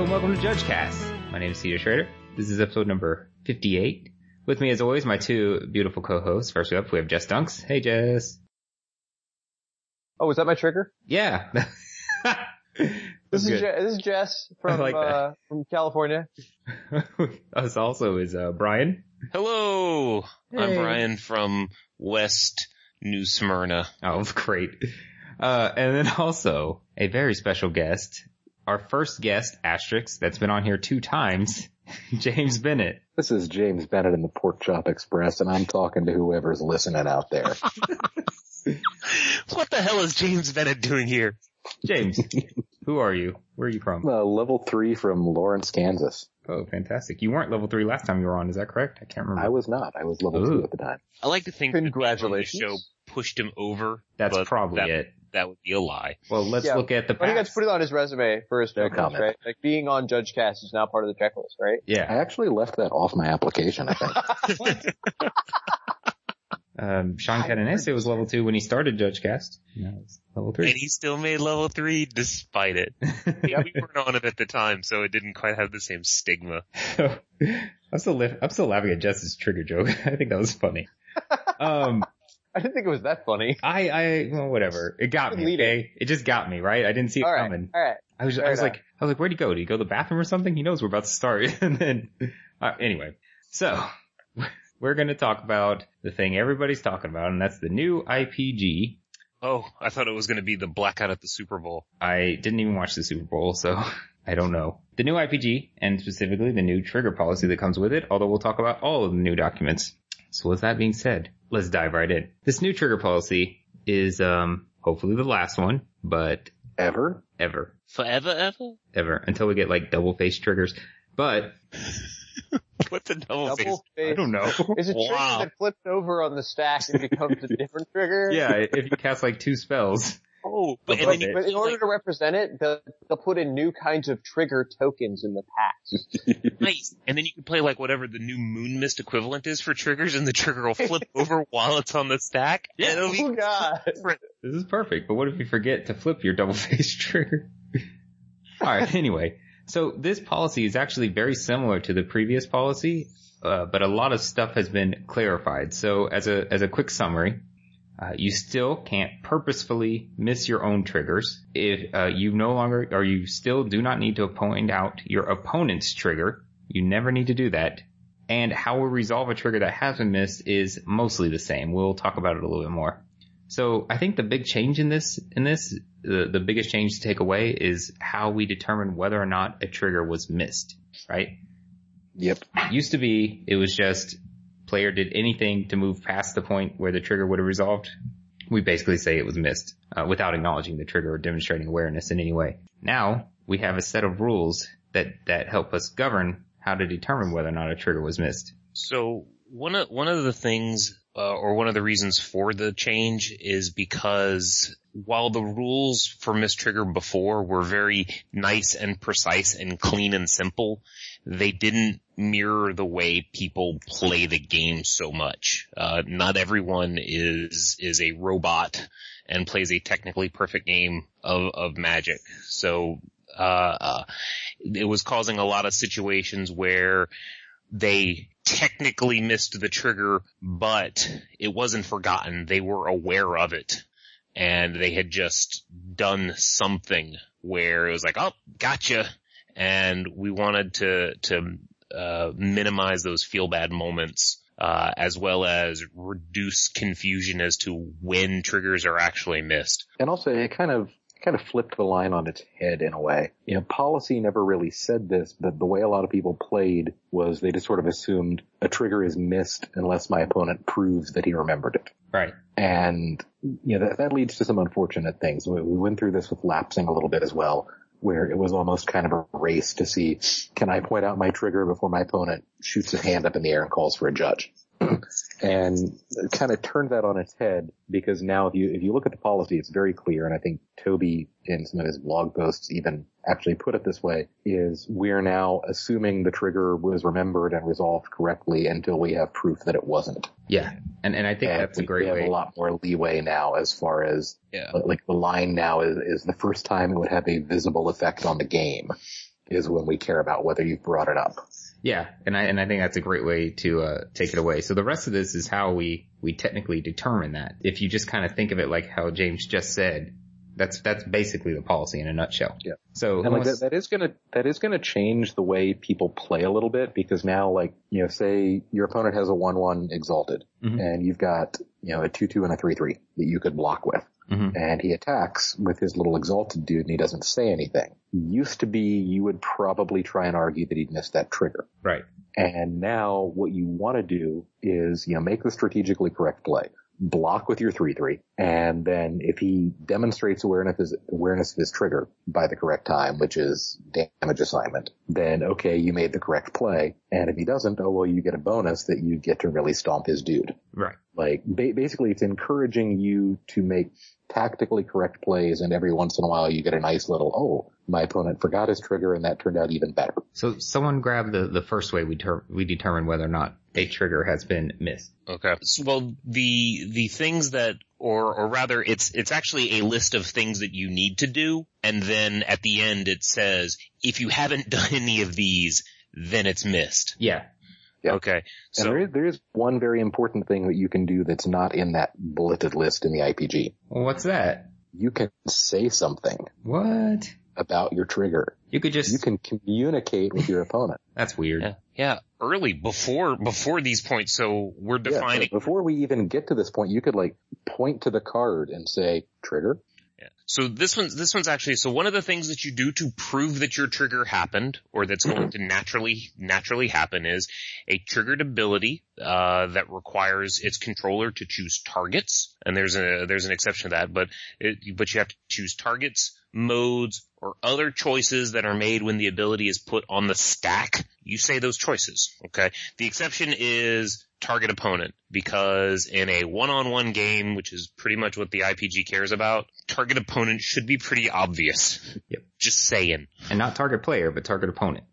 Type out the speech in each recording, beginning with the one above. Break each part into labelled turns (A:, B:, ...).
A: JudgeCast. My name is Peter Schrader. This is episode number 58. With me, as always, my two beautiful co-hosts. First up, we have Jess Dunks. Hey, Jess.
B: Oh, was that my trigger?
A: Yeah.
B: This
A: That's good.
B: is, Je- this is Jess
A: I
B: from
A: like that.
B: uh, from California.
A: Us also is uh, Brian.
C: Hello, I'm
A: Hey.
C: Brian from West New Smyrna.
A: Oh, great. Uh, and then also a very special guest, our first guest, Asterix, that's been on here two times, James Bennett.
D: This is James Bennett in the Pork Chop Express, and I'm talking to whoever's listening out there.
C: What the hell is James Bennett doing here?
A: James, who are you? Where are you from?
D: Uh, level three from Lawrence, Kansas.
A: Oh, fantastic. You weren't level three last time you were on, is that correct? I can't remember.
D: I was not. I was level
A: Ooh.
D: two at the time.
C: I like to think that the people on the
B: Congratulations.
C: show pushed him over.
A: That's
C: but
A: probably
C: that,
A: it.
C: That would be a lie.
A: Well, let's
B: Yeah.
A: look at the
B: I think that's
A: past.
B: put it on his resume for his
D: No
B: checklist,
D: comment.
B: right? Like being on Judge Cast is now part of the checklist, right?
D: I
A: Yeah.
D: actually left that off my application, I think.
A: Um, Sean Catanese was level two when he started Judge Cast. Now it's level
C: And
A: three.
C: he still made level three despite it. we weren't on it at the time, so it didn't quite have the same stigma.
A: So, I'm still, li- I'm still laughing at Jess's trigger joke. I think that was funny. Um,
B: I didn't think it was that funny.
A: I, I, well, whatever. It got me.
B: Lead it.
A: Okay? It just got me, right? I didn't see it
B: All right,
A: coming.
B: all right.
A: I was, I
B: Fair
A: was
B: enough.
A: like, I was like, where'd he go? Did he go to the bathroom or something? He knows we're about to start. and then, uh, anyway, so we're going to talk about the thing everybody's talking about, and that's the new IPG.
C: Oh, I thought it was going to be the blackout at the Super Bowl.
A: I didn't even watch the Super Bowl, so I don't know. The new IPG, and specifically the new trigger policy that comes with it, although we'll talk about all of the new documents. So with that being said, let's dive right in. This new trigger policy is, um, hopefully the last one, but
D: Ever?
A: ever,
C: Forever, ever?
A: ever, until we get like double face triggers. But
C: What's a double, face?
B: Double face.
A: know.
B: It's a trigger
C: Wow.
B: that flips over on the stack and becomes a different trigger.
A: yeah, if you cast like two spells.
C: Oh, but, and
A: Above
C: then you,
A: it.
B: But in order to represent it, they'll, they'll put in new kinds of trigger tokens in the packs.
C: Nice. And then you can play like whatever the new Moon Mist equivalent is for triggers, and the trigger will flip over while it's on the stack. And it'll be
B: Oh god.
A: This is perfect, but what if you forget to flip your double face trigger? Alright, anyway. So this policy is actually very similar to the previous policy, uh, but a lot of stuff has been clarified. So as a, as a quick summary, uh, you still can't purposefully miss your own triggers if uh, you no longer, or you still do not need to point out your opponent's trigger. You never need to do that. And how we resolve a trigger that has been missed is mostly the same. We'll talk about it a little bit more. So I think the big change in this, in this, the, the biggest change to take away is how we determine whether or not a trigger was missed, right?
D: Yep.
A: It used to be it was just player did anything to move past the point where the trigger would have resolved. We basically say it was missed uh, without acknowledging the trigger or demonstrating awareness in any way. Now we have a set of rules that that help us govern how to determine whether or not a trigger was missed.
C: So one of one of the things, uh, or one of the reasons for the change, is because while the rules for mistrigger before were very nice and precise and clean and simple, they didn't mirror the way people play the game so much. Uh, not everyone is is a robot and plays a technically perfect game of of Magic. So. Uh, uh, it was causing a lot of situations where they technically missed the trigger, but it wasn't forgotten. They were aware of it and they had just done something where it was like, oh, gotcha. And we wanted to, to, uh, minimize those feel bad moments, uh, as well as reduce confusion as to when triggers are actually missed.
D: And also, it kind of kind of flipped the line on its head in a way. You know, policy never really said this, but the way a lot of people played was they just sort of assumed a trigger is missed unless my opponent proves that he remembered it.
A: Right.
D: And, you know, that, that leads to some unfortunate things. We, we went through this with lapsing a little bit as well, where it was almost kind of a race to see, can I point out my trigger before my opponent shoots his hand up in the air and calls for a judge? and it kind of turned that on its head because now if you, if you look at the policy, it's very clear. And I think Toby in some of his blog posts even actually put it this way is we're now assuming the trigger was remembered and resolved correctly until we have proof that it wasn't.
A: Yeah. And and I think
D: And
A: that's a
D: we-
A: great
D: we have
A: way.
D: a lot more leeway now as far as
C: Yeah.
D: like the line now is, is the first time it would have a visible effect on the game. is when we care about whether you've brought it up.
A: Yeah, and I and I think that's a great way to uh, take it away. So the rest of this is how we we technically determine that. If you just kind of think of it like how James just said, that's that's basically the policy in a nutshell.
D: Yeah.
A: So
D: And like that,
A: unless-
D: that is gonna that is gonna change the way people play a little bit because now like you know say your opponent has a one one exalted
A: Mhm.
D: and you've got you know a two two and a three three that you could block with
A: Mhm.
D: and he attacks with his little exalted dude and he doesn't say anything. Used to be you would probably try and argue that he'd missed that trigger.
A: right.
D: And now what you want to do is, you know, make the strategically correct play. Block with your 3-3, and then if he demonstrates awareness of his, awareness of his trigger by the correct time, which is damage assignment, then okay, you made the correct play. And if he doesn't, oh well, you get a bonus that you get to really stomp his dude.
A: Right.
D: Like, ba- basically it's encouraging you to make tactically correct plays, and every once in a while you get a nice little, oh, my opponent forgot his trigger and that turned out even better.
A: So someone grab the the first way we ter- we determine whether or not a trigger has been missed.
C: Okay. So, well, the the things that, or or rather, it's it's actually a list of things that you need to do, and then at the end it says if you haven't done any of these, then it's missed.
A: Yeah.
D: Yeah.
C: Okay.
D: And
C: So
D: there is there is one very important thing that you can do that's not in that bulleted list in the IPG.
A: Well, what's that?
D: You can say something
A: What?
D: about your trigger.
A: You could just
D: You can communicate with your opponent.
A: that's weird.
C: yeah, yeah, early before before these points. So we're
D: Yeah, so
C: defining.
D: before we even get to this point, you could like point to the card and say trigger.
C: Yeah. So this one's this one's actually so one of the things that you do to prove that your trigger happened or that's going to naturally naturally happen is a triggered ability uh, that requires its controller to choose targets and there's a there's an exception to that but it, but you have to choose targets modes or other choices that are made when the ability is put on the stack you say those choices okay the exception is target opponent because in a one-on-one game, which is pretty much what the IPG cares about, target opponent should be pretty obvious.
A: Yep.
C: Just saying.
A: And not target player, but target opponent.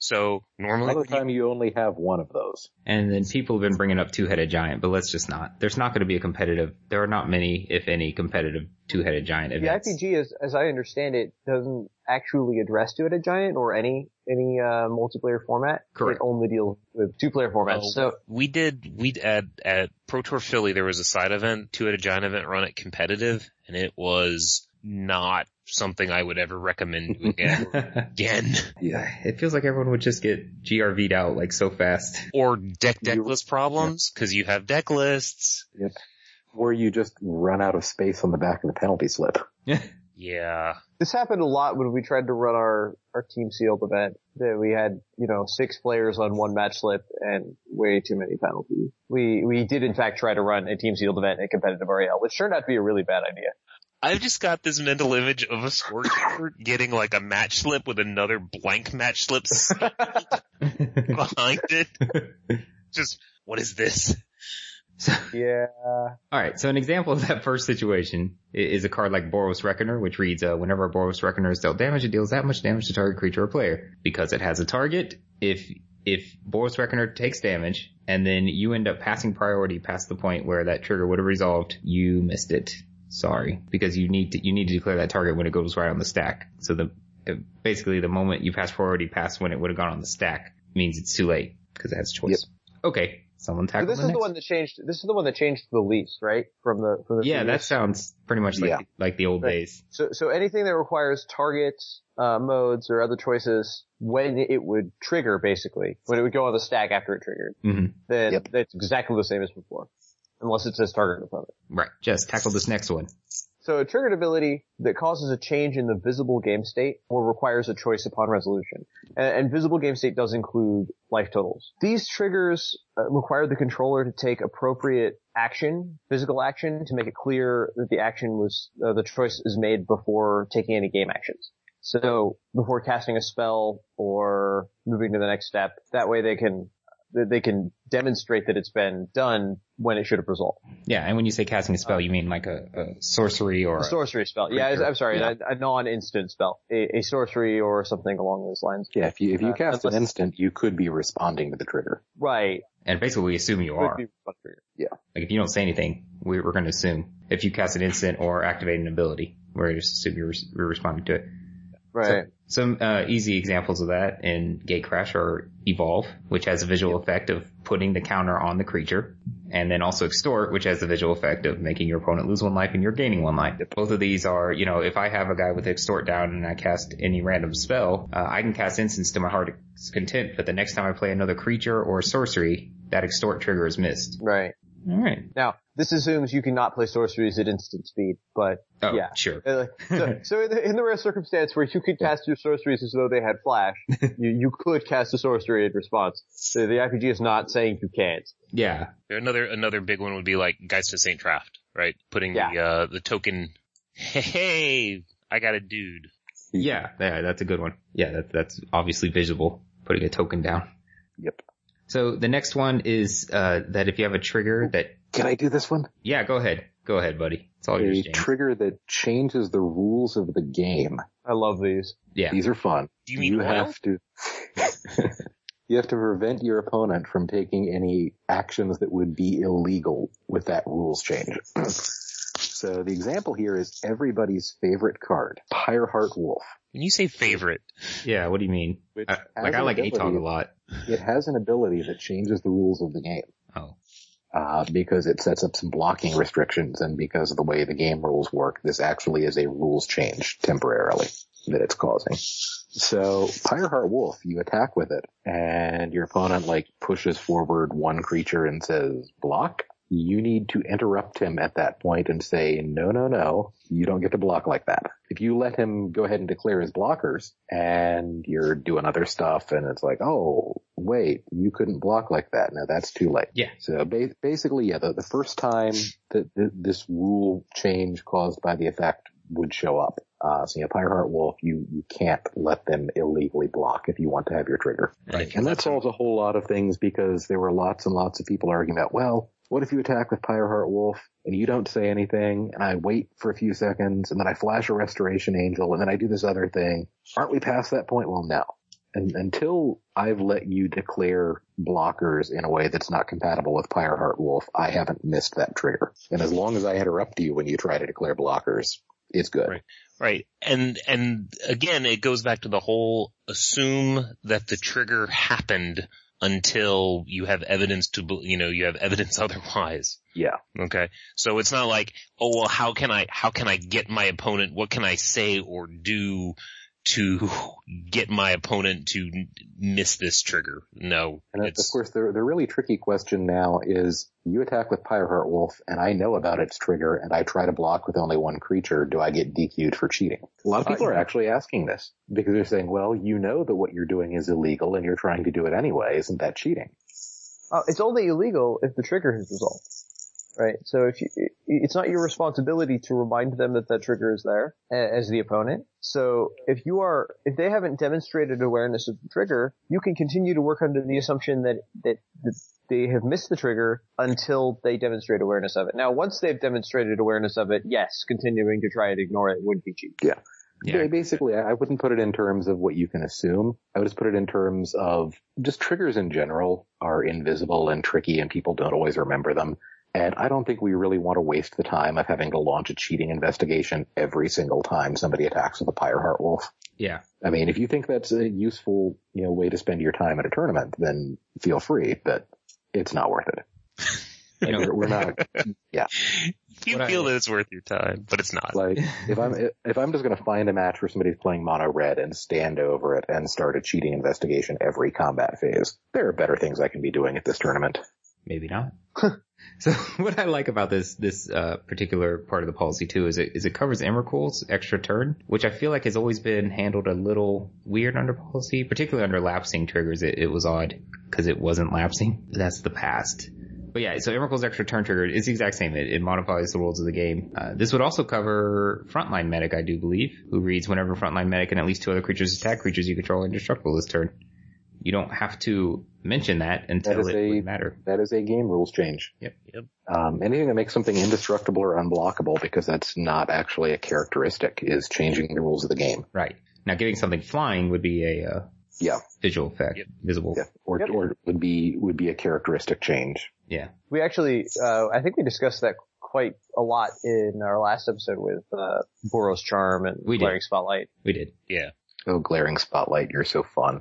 C: So
D: A
C: normally
D: lot of the time, you only have one of those.
A: And then people have been bringing up two-headed giant, but let's just not. There's not going to be a competitive. There are not many, if any, competitive two-headed giant
B: The
A: events.
B: IPG, as, as I understand it, doesn't actually address to it a giant or any any uh, multiplayer format.
A: Correct.
B: It only deals with two player formats.
C: Oh.
B: So
C: we did we at at Pro Tour Philly there was a side event, two at a giant event run at competitive, and it was not something I would ever recommend doing ever again.
A: yeah, it feels like everyone would just get GRV'd out like so fast.
C: Or deck deck
D: You-
C: list problems, because you have deck lists.
D: Or you just run out of space on the back of the penalty slip.
C: Yeah.
B: this happened a lot when we tried to run our, our team sealed event that we had, you know, six players on one match slip and way too many penalties. We, we did in fact try to run a team sealed event at competitive REL, which turned out to be a really bad idea.
C: I've just got this mental image of a scorekeeper getting like a match slip with another blank match slip sneaked behind it. Just, what is this?
A: so,
B: Yeah.
A: all right. So an example of that first situation i- is a card like Boros Reckoner, which reads, uh, whenever a Boros Reckoner is dealt damage, it deals that much damage to target creature or player. Because it has a target, if, if Boros Reckoner takes damage and then you end up passing priority past the point where that trigger would have resolved, you missed it. Sorry. Because you need to, you need to declare that target when it goes right on the stack. So the, uh, basically the moment you pass priority past when it would have gone on the stack means it's too late because it has a choice. Okay. Someone
B: So
A: tackle
B: this
A: the
B: is
A: next.
B: the one that changed, this is the one that changed the least, right? From the, from the,
A: Yeah, that
B: previous.
A: sounds pretty much like
D: Yeah.
A: like the old
B: Right.
A: days.
B: so, so anything that requires targets, uh, modes or other choices when it would trigger basically, when it would go on the stack after it triggered,
A: hmm
B: then
D: Yep.
B: that's exactly the same as before. Unless it says target opponent.
A: Right. Jess, tackle this next one.
B: So a triggered ability that causes a change in the visible game state or requires a choice upon resolution. And, and visible game state does include life totals. These triggers uh, require the controller to take appropriate action, physical action, to make it clear that the action was, uh, the choice is made before taking any game actions. So before casting a spell or moving to the next step, that way they can, they can demonstrate that it's been done when it should have resolved.
A: Yeah, and when you say casting a spell, you mean like a, a sorcery or
B: A
A: a,
B: sorcery spell. Yeah,
A: Creature.
B: I'm sorry,
A: Yeah.
B: a, a non-instant spell. A, a sorcery or something along those lines.
D: Yeah, if you if you
B: Uh,
D: cast an
B: unless-
D: instant, you could be responding to the trigger.
B: Right.
A: and basically we assume you are.
B: Would be plus trigger.
A: Like if you don't say anything, we, we're going to assume if you cast an instant or activate an ability, we're going to assume you're, res- you're responding to it.
B: Right.
A: Some uh, easy examples of that in Gate Crash are Evolve, which has a visual effect of putting the counter on the creature, and then also Extort, which has the visual effect of making your opponent lose one life and you're gaining one life. Both of these are, you know, if I have a guy with Extort down and I cast any random spell, uh, I can cast Instance to my heart's content, but the next time I play another creature or sorcery, that Extort trigger is missed.
B: Right.
A: All right.
B: Now, this assumes you cannot play sorceries at instant speed, but
A: Oh,
B: Yeah.
A: sure.
B: uh, so, so in, the, in the rare circumstance where you could cast your sorceries as though they had flash, you, you could cast a sorcery in response. So the RPG is not saying you can't.
A: Yeah.
C: Another another big one would be like Geist of Saint Traft, right? Putting the
B: Yeah.
C: uh the token. Hey, I got a dude.
A: Yeah, yeah, that's a good one. Yeah, that, that's obviously visible, putting a token down.
D: Yep.
A: So the next one is uh, that if you have a trigger that,
D: Can I do this one?
A: yeah, go ahead, go ahead, buddy. It's all yours,
D: A
A: James.
D: trigger that changes the rules of the game.
B: I love these.
A: yeah,
D: These are fun.
C: Do you mean oil?
D: have to. you have to prevent your opponent from taking any actions that would be illegal with that rules change. so the example here is everybody's favorite card, Pyreheart Wolf.
C: When you say favorite,
A: yeah. What do you mean?
D: Which
A: Uh,
D: has
A: like I
D: an
A: like Atog a
D: ability-
A: lot.
D: It has an ability that changes the rules of the game.
A: Oh,
D: uh, because it sets up some blocking restrictions and because of the way the game rules work, this actually is a rules change temporarily that it's causing. So Pyreheart Wolf, you attack with it and your opponent like pushes forward one creature and says block. You need to interrupt him at that point and say, no, no, no, you don't get to block like that. If you let him go ahead and declare his blockers and you're doing other stuff and it's like, oh, wait, you couldn't block like that. No, that's too late. So ba- basically, yeah, the, the first time that th- this rule change caused by the effect would show up. Uh, so, you know, Pyreheart Wolf, you, you can't let them illegally block if you want to have your trigger.
A: Right.
D: And that solves a whole lot of things because there were lots and lots of people arguing about, well, what if you attack with Pyreheart Wolf and you don't say anything and I wait for a few seconds and then I flash a Restoration Angel and then I do this other thing? Aren't we past that point? Well, no. And until I've let you declare blockers in a way that's not compatible with Pyreheart Wolf, I haven't missed that trigger. And as long as I interrupt you when you try to declare blockers, it's good.
C: Right. right? And and again, it goes back to the whole assume that the trigger happened until you have evidence to bel- you know you have evidence otherwise.
D: Yeah.
C: Okay. So it's not like, oh well, how can I, how can I get my opponent? What can I say or do to get my opponent to n- miss this trigger? No,
D: And uh, of
C: it's
D: course, the, the really tricky question now is you attack with Pyreheart Wolf and I know about its trigger and I try to block with only one creature. Do I get DQ'd for cheating? A lot of people are actually asking this because they're saying, well, you know that what you're doing is illegal and you're trying to do it anyway. Isn't that cheating?
B: Uh, it's only illegal if the trigger is resolved. Right, so if you, it- it's not your responsibility to remind them that that trigger is there a- as the opponent. So if you are, if they haven't demonstrated awareness of the trigger, you can continue to work under the assumption that that, that they have missed the trigger until they demonstrate awareness of it. Now, once they've demonstrated awareness of it, yes, continuing to try and ignore it would be cheap.
A: Yeah.
D: Yeah, basically, I I wouldn't put it in terms of what you can assume. I would just put it in terms of just triggers in general are invisible and tricky and people don't always remember them. And I don't think we really want to waste the time of having to launch a cheating investigation every single time somebody attacks with a Pyreheart Wolf.
A: yeah,
D: I mean, if you think that's a useful, you know, way to spend your time at a tournament, then feel free, but it's not worth it.
A: you
D: Like,
A: know,
D: we're, we're not
C: you
A: what I-
C: feel that it's worth your time, but it's not.
D: Like if I'm if I'm just gonna find a match where somebody's playing mono red and stand over it and start a cheating investigation every combat phase, there are better things I can be doing at this tournament.
A: maybe not. so what I like about this this uh, particular part of the policy too is it is it covers Emrakul's extra turn, which I feel like has always been handled a little weird under policy, particularly under lapsing triggers. It, it was odd because it wasn't lapsing. That's the past. But yeah, so Emrakul's extra turn trigger is the exact same. It, it modifies the rules of the game. Uh, this would also cover frontline medic, I do believe, who reads whenever frontline medic and at least two other creatures attack creatures you control are indestructible this turn. You don't have to mention that until
D: is
A: it
D: a-
A: would matter.
D: That is a game rules change.
A: Yep.
C: Yep.
D: Um, anything that makes something indestructible or unblockable because that's not actually a characteristic is changing the rules of the game.
A: Right. Now, giving something flying would be a uh,
D: Yeah.
A: visual effect,
C: Yep.
A: visible.
D: Yeah. Or
B: Yep.
D: or would be would be a characteristic change.
A: Yeah.
B: We actually, uh, I think we discussed that quite a lot in our last episode with uh, Boros Charm and
A: We did.
B: Glaring Spotlight.
A: We did.
C: Yeah.
D: Oh, glaring spotlight, you're so fun.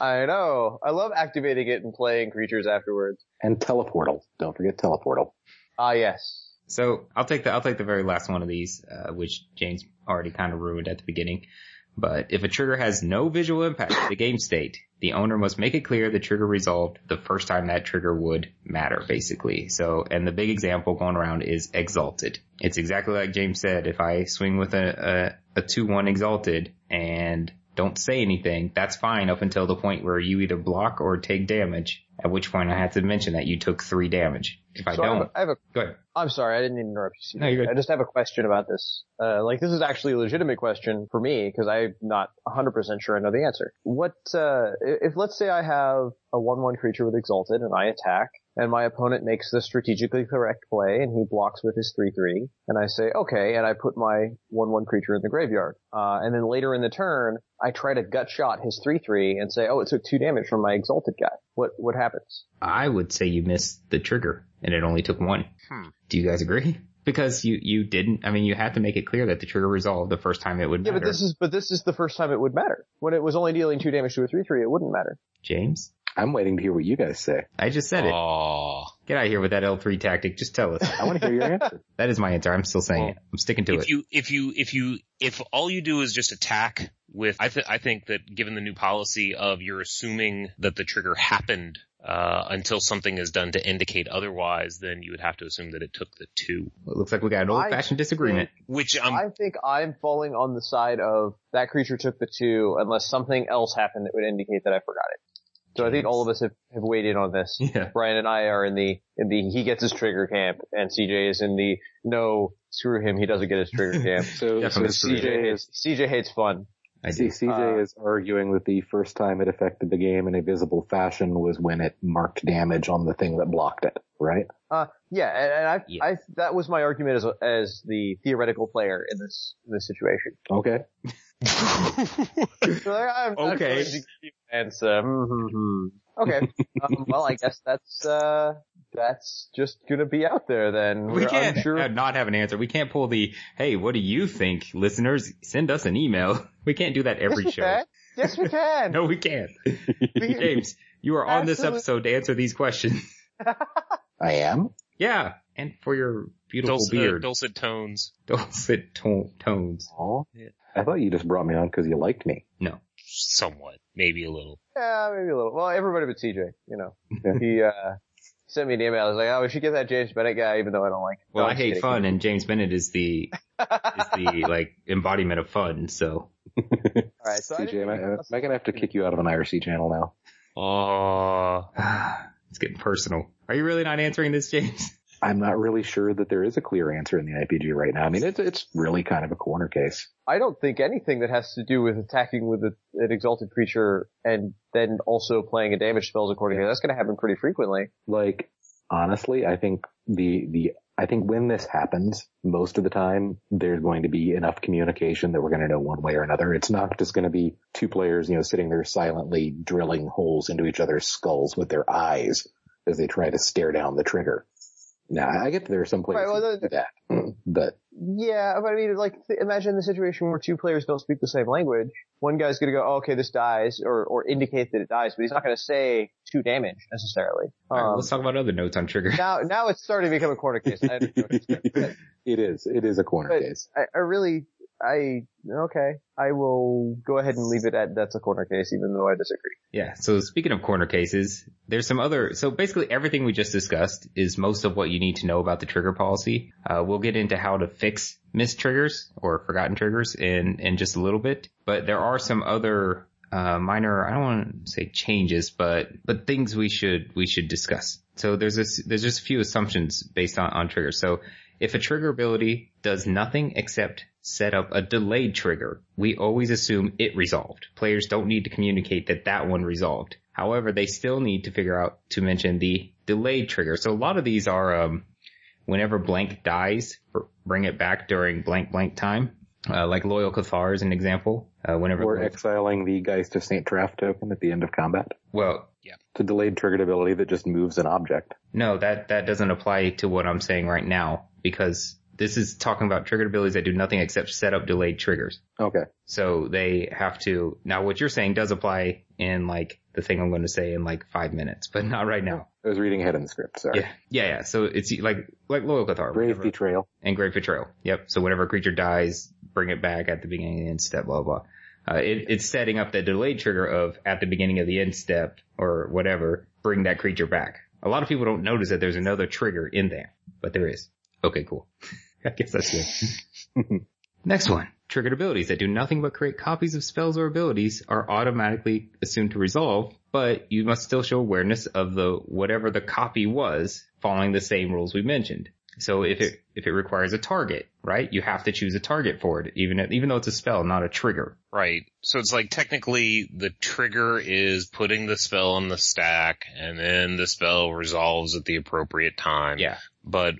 B: I know. I love activating it and playing creatures afterwards.
D: And teleportal. Don't forget teleportal.
B: Ah, yes.
A: So I'll take the I'll take the very last one of these, uh, which James already kind of ruined at the beginning. But if a trigger has no visual impact to the game state, the owner must make it clear the trigger resolved the first time that trigger would matter, basically. So, and the big example going around is Exalted. It's exactly like James said. If I swing with a a, a two one Exalted and don't say anything, that's fine up until the point where you either block or take damage. At which point I have to mention that you took three damage. If I
B: So I have
A: don't,
B: a- I have a
A: go ahead.
B: I'm sorry, I didn't mean to interrupt you. Steve.
A: No, you're good.
B: I just have a question about this. Uh, like, this is actually a legitimate question for me because I'm not 100% sure I know the answer. What, uh, if, if let's say I have a 1-1 creature with Exalted and I attack and my opponent makes the strategically correct play and he blocks with his 3-3 and I say, okay, and I put my 1-1 creature in the graveyard. Uh, and then later in the turn, I try to gut shot his 3-3 and say, oh, it took two damage from my Exalted guy. What, what happens?
A: I would say you missed the trigger and it only took one.
C: Hmm.
A: Do you guys agree? Because you, you didn't, I mean, you had to make it clear that the trigger resolved the first time it would
B: Yeah,
A: matter.
B: but this is but this is the first time it would matter. When it was only dealing two damage to a three three, it wouldn't matter.
A: James?
D: I'm waiting to hear what you guys say.
A: I just said it.
C: Oh,
A: Get out of here with that L3 tactic. Just tell us.
D: I want to hear your answer.
A: that is my answer. I'm still saying
C: Well,
A: it. I'm sticking to
C: if
A: it.
C: you if you if you if all you do is just attack with I th- I think that given the new policy of you're assuming that the trigger happened uh, until something is done to indicate otherwise, then you would have to assume that it took the two.
A: Well, it looks like we got an old fashioned disagreement.
C: Which um,
B: I think I'm falling on the side of that creature took the two unless something else happened that would indicate that I forgot it. So I think all of us have, have waited on this.
A: Yeah.
B: Brian and I are in the in the he gets his trigger camp and CJ is in the no screw him he doesn't get his trigger camp.
D: So, so
A: Definitely
D: CJ
B: CJ
D: is
B: hates CJ hates fun.
A: I
D: see,
A: do.
D: CJ is arguing that the first time it affected the game in a visible fashion was when it marked damage on the thing that blocked it, right?
B: Uh, yeah, and, and I,
A: Yeah.
B: I that was my argument as a, as the theoretical player in this in this situation.
D: Okay.
B: So I- I'm not
A: Okay.
B: going to give an answer. Hmm, hmm, hmm. Okay. um, well, I guess that's uh, that's just gonna be out there then.
A: We
B: We're
A: can't
B: unsure-
A: uh, not have an answer. We can't pull the, hey, what do you think? Listeners, send us an email. We can't do that every
B: yes, we
A: show.
B: can. Yes, we can.
A: No, we can't.
B: We-
A: James, you are on this
B: Absolutely.
A: episode to answer these questions.
D: I am.
A: Yeah, and for your beautiful
C: dulcet, uh,
B: uh,
A: beard,
C: dulcet tones.
A: dulcet ton- tones.
D: Aw.
C: Yeah.
D: I thought you just brought me on because you liked me.
C: Somewhat, maybe a little.
B: Yeah, maybe a little. Well, everybody but CJ. You know,
D: Yeah.
B: he uh, sent me an email. I was like, oh, we should get that James Bennett guy, even though I don't like. him.
A: Well,
B: No,
A: I
B: I'm
A: hate
B: just
A: fun, and James Bennett is the is the like embodiment of fun. So
B: kidding. All right, so I
D: CJ, am I,
B: didn't-
D: am I going to have to kick you out of an IRC channel now?
C: Oh,
A: it's getting personal. Are you really not answering this, James?
D: I'm not really sure that there is a clear answer in the IPG right now. I mean, it's, it's really kind of a corner case.
B: I don't think anything that has to do with attacking with a, an exalted creature and then also playing a damage spells accordingly. That's going to happen pretty frequently.
D: like honestly, I think the the I think when this happens, most of the time there's going to be enough communication that we're going to know one way or another. It's not just going to be two players, you know, sitting there silently drilling holes into each other's skulls with their eyes as they try to stare down the trigger. Now, I get that there are some players
B: Right, well,
D: who do that, but
B: Yeah, but I mean, like, th- imagine the situation where two players don't speak the same language. One guy's gonna go, oh, okay, this dies, or, or indicate that it dies, but he's not gonna say two damage necessarily.
A: All right,
B: Um,
A: let's talk about other notes on trigger.
B: now, now it's starting to become a corner case. I, don't know.
D: it is it is a corner
B: But-
D: case.
B: I, I really, I, okay, I will go ahead and leave it at that's a corner case, even though I disagree.
A: Yeah. So speaking of corner cases, there's some other. So basically, everything we just discussed is most of what you need to know about the trigger policy. Uh, we'll get into how to fix missed triggers or forgotten triggers in in just a little bit. But there are some other uh, minor. I don't want to say changes, but but things we should we should discuss. So there's this there's just a few assumptions based on on triggers. So if a trigger ability does nothing except set up a delayed trigger, we always assume it resolved. Players don't need to communicate that that one resolved. However, they still need to figure out to mention the delayed trigger. So a lot of these are, um, whenever blank dies, br- bring it back during blank blank time. Uh, like loyal Cathar is an example. Uh, whenever,
D: We're exiling the Geist of Saint Traff token at the end of combat.
A: well,
D: It's a delayed triggered ability that just moves an object.
A: No, that, that doesn't apply to what I'm saying right now because This is talking about triggered abilities that do nothing except set up delayed triggers.
D: Okay.
A: So they have to, now what you're saying does apply in like the thing I'm going to say in like five minutes, but not right now.
D: I was reading ahead in the script, sorry.
A: Yeah. Yeah. Yeah. So it's like, like Loyal Cathar.
D: Brave
A: whatever-
D: Betrayal.
A: and Great Betrayal. Yep. So whenever a creature dies, bring it back at the beginning of the end step, blah, blah. Uh, it, it's setting up the delayed trigger of at the beginning of the end step or whatever, bring that creature back. A lot of people don't notice that there's another trigger in there, but there is. Okay, cool. I guess that's good. Next one. Triggered abilities that do nothing but create copies of spells or abilities are automatically assumed to resolve, but you must still show awareness of the whatever the copy was following the same rules we mentioned. So if it if it requires a target, right? You have to choose a target for it, even if, even though it's a spell, not a trigger.
C: Right. So it's like technically the trigger is putting the spell on the stack and then the spell resolves at the appropriate time.
A: Yeah.
C: But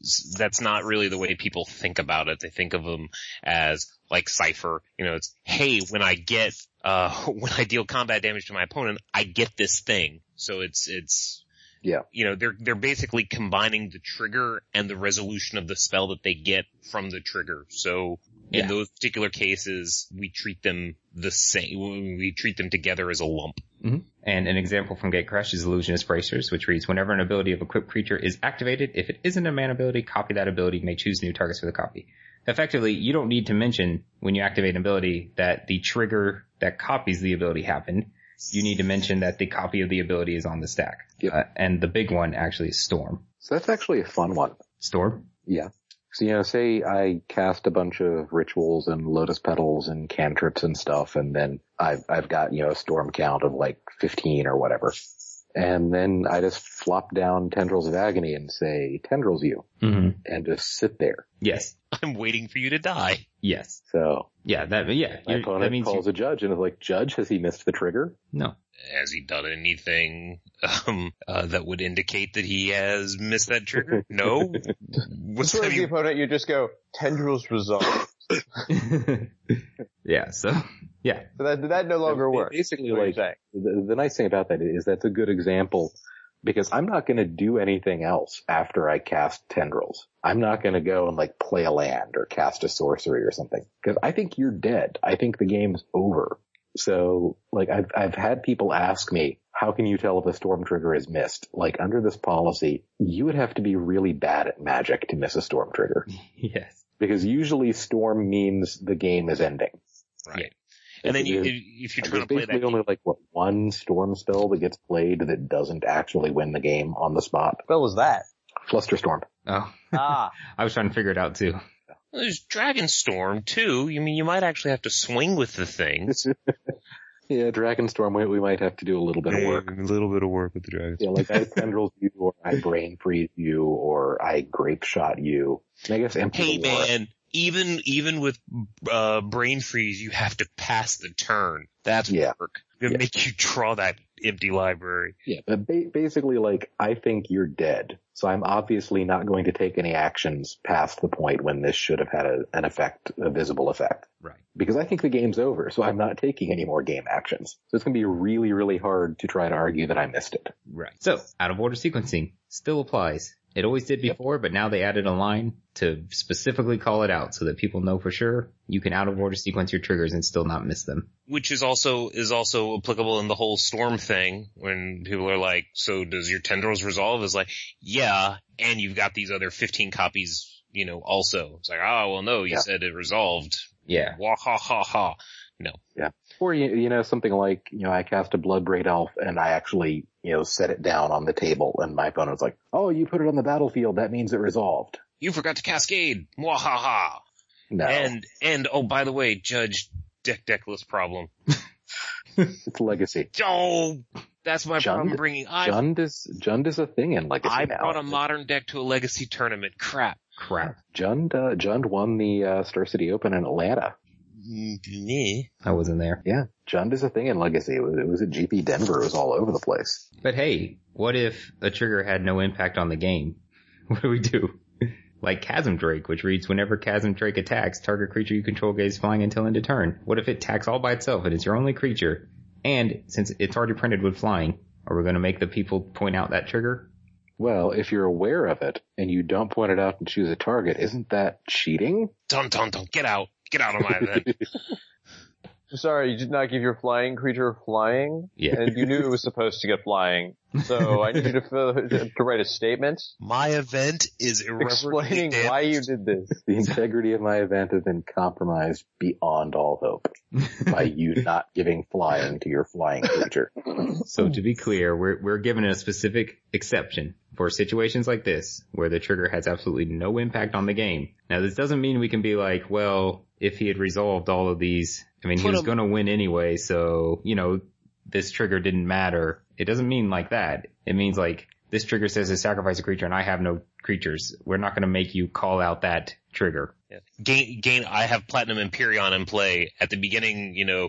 C: s- that's not really the way people think about it. They think of them as like cipher. You know, it's, hey, when I get, uh, when I deal combat damage to my opponent, I get this thing. So it's, it's,
D: Yeah.
C: you know, they're, they're basically combining the trigger and the resolution of the spell that they get from the trigger. So in
A: Yeah.
C: those particular cases, we treat them the same, we treat them together as a lump.
A: And an example from Gate Crash is Illusionist Bracers, which reads, whenever an ability of a equipped creature is activated, if it isn't a man ability, copy that ability, may choose new targets for the copy. Effectively, you don't need to mention when you activate an ability that the trigger that copies the ability happened. You need to mention that the copy of the ability is on the stack.
D: Yep.
A: Uh, and the big one actually is Storm.
D: So that's actually a fun one.
A: Storm?
D: Yeah. So, you know, say I cast a bunch of rituals and lotus petals and cantrips and stuff, and then I've, I've got, you know, a storm count of like 15 or whatever. And then I just flop down tendrils of agony and say, tendrils you,
A: Mm-hmm.
D: and just sit there.
A: Yes.
C: I'm waiting for you to die.
A: Yes.
D: So
A: Yeah, that, yeah.
D: my
A: you're-
D: opponent
A: That means you-
D: calls a judge and is like, judge, has he missed the trigger?
A: no.
C: Has he done anything um, uh, that would indicate that he has missed that trigger? No. What's
B: Sort
C: I
B: of the
C: mean,
B: opponent, you just go, tendrils resolved.
A: yeah, so, yeah.
B: So that, that no longer
D: Ba-
B: works.
D: Basically,
B: what you're
D: like,
B: saying.
D: the, the nice thing about that is that's a good example because I'm not going to do anything else after I cast tendrils. I'm not going to go and like play a land or cast a sorcery or something because I think you're dead. I think the game's over. So like I've, I've had people ask me, how can you tell if a storm trigger is missed? Like under this policy, you would have to be really bad at magic to miss a storm trigger
A: Yes.
D: because usually storm means the game is ending.
C: right. And then you, if you're trying to
D: There's
C: play that
D: basically only like what one storm spell that gets played that doesn't actually win the game on the spot.
B: What was that?
D: Flusterstorm.
A: Oh,
B: Ah,
A: I was trying to figure it out too.
C: Well, There's Dragon Storm too. You mean you might actually have to swing with the thing?
D: yeah, Dragonstorm. We, we might have to do a little bit of work.
C: little bit of work with the Dragon.
D: Yeah, like I tendrils you, or I brain freeze you, or I grape shot you. And I guess empty
C: Hey
D: the war.
C: man, even even with uh, brain freeze, you have to pass the turn. That's
D: Yeah.
C: work. Gonna
D: Yeah.
C: make you draw that empty library.
D: Yeah, but ba- basically, like I think you're dead. So I'm obviously not going to take any actions past the point when this should have had a, an effect, a visible effect.
A: Right.
D: because I think the game's over, so I'm not taking any more game actions. So it's going to be really, really hard to try to argue that I missed it.
A: Right. So, out of order sequencing still applies. It always did before, but now they added a line to specifically call it out so that people know for sure you can out of order sequence your triggers and still not miss them.
C: which is also is also applicable in the whole storm thing when people are like, "So does your tendrils resolve?" Is like, "Yeah," and you've got these other fifteen copies, you know. Also, it's like, "Oh well, no, you
D: Yeah.
C: said it resolved."
A: Yeah.
C: Wah ha ha ha.
D: Or, you, you know, something like, you know, I cast a Blood Braid Elf and I actually, you know, set it down on the table and my opponent's like, oh, you put it on the battlefield. That means it resolved.
C: You forgot to cascade. Wah ha ha.
D: No,
C: And and oh, by the way, Judge Deck Deckless problem.
D: it's legacy.
C: Oh, that's my
D: Jund-
C: problem bringing. I
D: Jund is, Jund is a thing in Legacy
C: I
D: now.
C: brought a modern deck to a legacy tournament. Crap.
A: Crap.
D: Jund, uh, Jund won the uh, Star City Open in Atlanta.
C: Me.
A: I wasn't there.
D: Yeah, Jund is a thing in Legacy. It was, it was at GP Denver. It was all over the place.
A: But hey, what if a trigger had no impact on the game? What do we do? Like Chasm Drake, which reads, whenever Chasm Drake attacks, target creature you control gains flying until end of turn. What if it attacks all by itself and it's your only creature? And since it's already printed with flying, are we going to make the people point out that trigger?
D: Well, if you're aware of it and you don't point it out and choose a target, isn't that cheating?
C: Dun dun dun! Get out! Get out of my event!
B: Sorry, you did not give your flying creature flying,
A: Yeah.
B: and you knew it was supposed to get flying. So I need you to, fill, to write a statement
C: My event is irreverently
B: explaining
C: damaged.
B: why you did this.
D: the integrity of my event has been compromised beyond all hope by you not giving flying to your flying creature.
A: So to be clear, we're, we're given a specific exception for situations like this where the trigger has absolutely no impact on the game. Now this doesn't mean we can be like, well, if he had resolved all of these, I mean, he
C: Put
A: was
C: him-
A: going to win anyway. So, you know, this trigger didn't matter. It doesn't mean like that. It means like this trigger says to sacrifice a creature and I have no creatures. We're not going to make you call out that trigger.
C: Yeah. Gain, gain. I have platinum Imperion in play at the beginning. You know,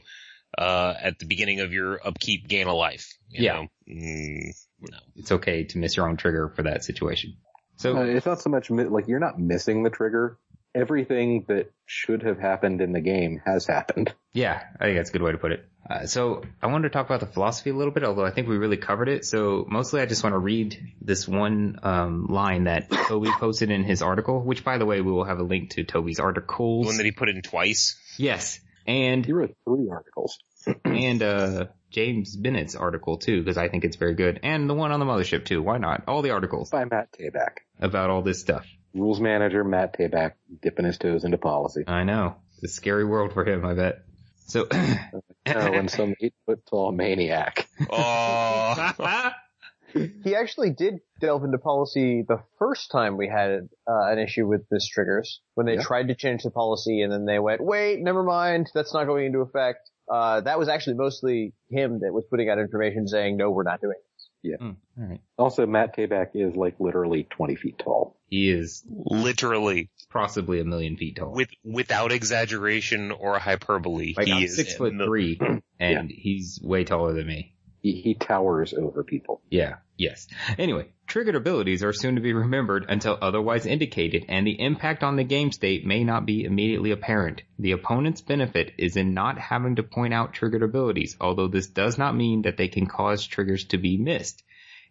C: uh, at the beginning of your upkeep, gain a life. you
A: Yeah.
C: know. Mm, no.
A: It's okay to miss your own trigger for that situation.
D: Uh,
A: So
D: it's not so much mi- like you're not missing the trigger. Everything that should have happened in the game has happened.
A: Yeah, I think that's a good way to put it. Uh, so I wanted to talk about the philosophy a little bit, although I think we really covered it. So mostly I just want to read this one um, line that Toby posted in his article, which by the way, we will have a link to Toby's
C: The
A: articles.
C: one that he put in twice.
A: yes. And
D: You wrote three articles.
A: and uh James Bennett's article too, because I think it's very good. And the one on the mothership too. Why not? All the articles
D: by Matt Tabak.
A: about all this stuff.
D: Rules manager Matt Tabak dipping his toes into policy.
A: I know. It's a scary world for him, I bet. So
D: Oh, and some eight foot tall maniac.
C: Oh,
B: He actually did delve into policy the first time we had uh, an issue with this triggers when they
D: Yeah.
B: tried to change the policy and then they went, wait, never mind, that's not going into effect. Uh, that was actually mostly him that was putting out information saying, no, we're not doing it.
A: Hmm, all right.
D: Also, Matt Tabak is like literally 20 feet tall.
A: He is
C: literally
A: possibly a million feet tall.
C: with without exaggeration or hyperbole.
A: Like
C: he
A: I'm
C: is
A: six
C: a
A: foot
C: mil-
A: three, and he's way taller than me.
D: He, he towers over people.
A: Yeah. Yes. Anyway, triggered abilities are soon to be remembered until otherwise indicated, and the impact on the game state may not be immediately apparent. The opponent's benefit is in not having to point out triggered abilities, although this does not mean that they can cause triggers to be missed.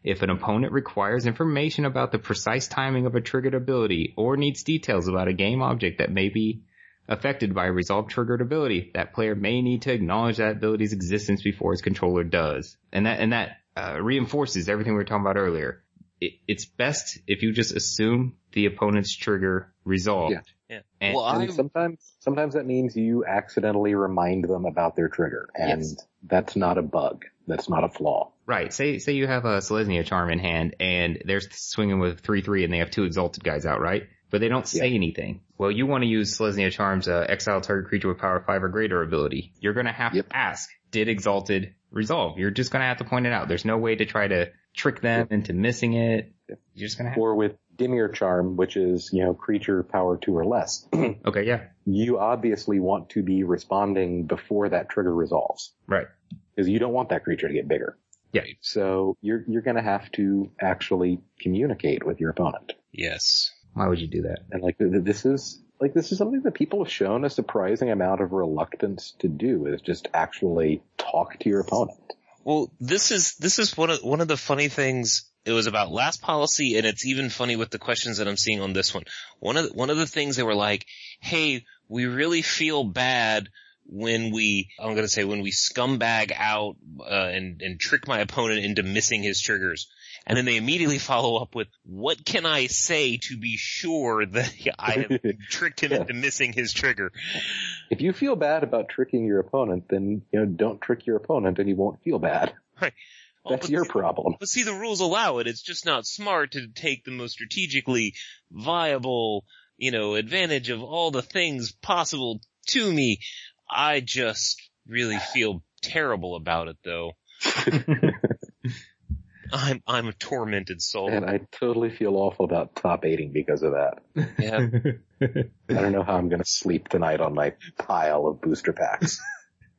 A: If an opponent requires information about the precise timing of a triggered ability or needs details about a game object that may be affected by a resolved triggered ability, that player may need to acknowledge that ability's existence before its controller does. And that, and that uh, reinforces everything we were talking about earlier. It, it's best if you just assume the opponent's trigger resolved.
D: Yeah.
C: Yeah.
A: And-
C: Well, I-
D: And
C: I'm-
D: sometimes, sometimes that means you accidentally remind them about their trigger. And
A: Yes.
D: that's not a bug. That's not a flaw.
A: Right. Say say you have a Selesnya charm in hand and they're swinging with three three and they have two exalted guys out, right? But they don't say anything. Well, you want to use Selesnya charm's uh, exile target creature with power five or greater ability. You're gonna have
D: Yep.
A: to ask, did exalted resolve? You're just gonna have to point it out. There's no way to try to trick them into missing it. You're just gonna have.
D: Or with Dimir Charm, which is, you know, creature power two or less,
A: Okay. Yeah.
D: you obviously want to be responding before that trigger resolves.
A: Right.
D: Because you don't want that creature to get bigger.
A: Yeah.
D: So you're, you're gonna have to actually communicate with your opponent.
C: Yes.
A: Why would you do that?
D: And like, th- th- this is, like, this is something that people have shown a surprising amount of reluctance to do is just actually talk to your opponent.
C: Well, this is this is one of one of the funny things. It was about last policy, and it's even funny with the questions that I'm seeing on this one. One of the, one of the things they were like, "Hey, we really feel bad when we I'm going to say when we scumbag out uh, and and trick my opponent into missing his triggers." And then they immediately follow up with, "What can I say to be sure that I have tricked him
D: Yeah.
C: into missing his trigger?"
D: if you feel bad about tricking your opponent, then, you know, don't trick your opponent and you won't feel bad.
C: Oh,
D: That's
C: but
D: your
C: the-
D: problem.
C: But see, the rules allow it. It's just not smart to take the most strategically viable, you know, advantage of all the things possible to me. I just really feel terrible about it though. I'm, I'm a tormented soul.
D: And I totally feel awful about top aiding because of that.
C: Yeah.
D: I don't know how I'm going to sleep tonight on my pile of booster packs.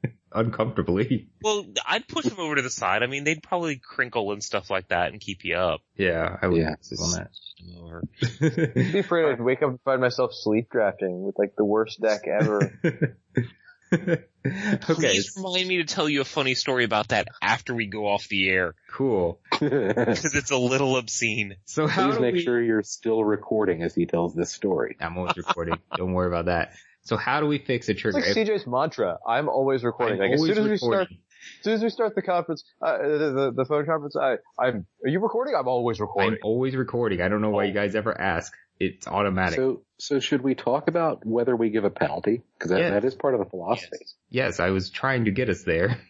A: Uncomfortably.
C: Well, I'd push them over to the side. I mean, they'd probably crinkle and stuff like that and keep you up.
A: Yeah, I would
D: Yeah.
A: insist on
C: Push them over.
A: that.
B: I'd be afraid I'd wake up and find myself sleep drafting with like the worst deck ever.
A: okay,
C: Please remind me to tell you a funny story about that after we go off the air
A: cool.
D: Please
C: because it's a little obscene.
A: So how do
D: make
A: we...
D: sure you're still recording as he tells this story.
A: I'm always recording. Don't worry about that. So how do we fix a
B: It's
A: trigger?
B: like CJ's mantra. I'm always recording. like as soon as we start, as soon as we start the conference, uh, the, the the phone conference, I I'm. Are you recording? I'm always
A: I'm
B: recording. Oh.
A: always recording. I don't know why you guys ever ask. It's automatic.
D: So, so should we talk about whether we give a penalty? Because that,
A: Yes.
D: that is part of the philosophy.
A: yes, I was trying to get us there.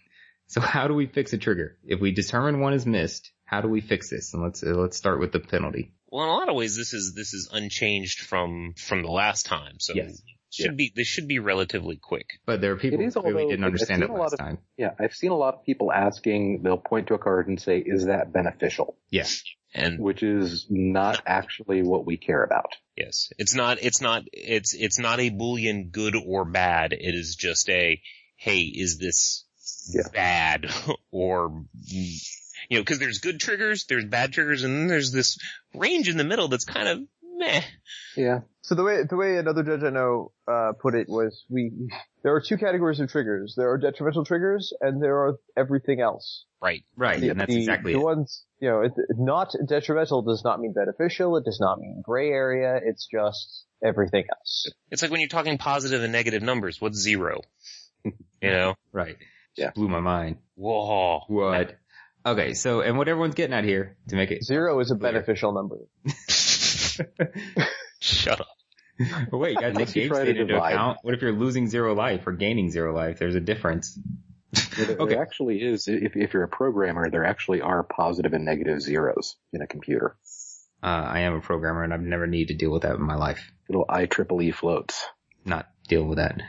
A: So how do we fix a trigger? If we determine one is missed, how do we fix this? And let's uh, let's start with the penalty.
C: Well, in a lot of ways, this is this is unchanged from from the last time. So
A: Yes.
C: should be this should be relatively quick.
A: But there are people
D: is,
A: who really
D: although,
A: didn't
D: I've
A: understand
D: seen
A: it
D: a lot
A: last
D: of-
A: time.
D: Yeah, I've seen a lot of people asking, they'll point to a card and say, is that beneficial?
A: Yes.
C: And
D: Which is not actually what we care about.
C: yes, it's not it's not it's it's not a boolean good or bad. It is just a hey, is this
D: Yeah.
C: bad or you know because there's good triggers, there's bad triggers, and then there's this range in the middle that's kind of meh.
D: Yeah.
B: So the way the way another judge I know uh, put it was we there are two categories of triggers. There are detrimental triggers and there are everything else.
C: Right.
A: Right, and that's
B: the,
A: exactly
B: the
A: it.
B: ones you know. It, not detrimental does not mean beneficial. It does not mean gray area. It's just everything else.
C: It's like when you're talking positive and negative numbers. What's zero? you know.
A: Right.
D: Yeah.
A: Blew my mind.
C: Whoa.
A: What? Okay, so and what everyone's getting at here to make it
B: Zero is a
A: Clear.
B: beneficial number.
C: Shut up.
A: Well, wait, you gotta take
D: Unless you
A: game
D: try to
A: state into
D: divide.
A: account. What if you're losing zero life or gaining zero life? There's a difference.
D: There,
A: Okay.
D: there actually is, if, if you're a programmer, there actually are positive and negative zeros in a computer.
A: Uh, I am a programmer and I've never needed to deal with that in my life.
D: Little IEEE floats.
A: Not dealing with that.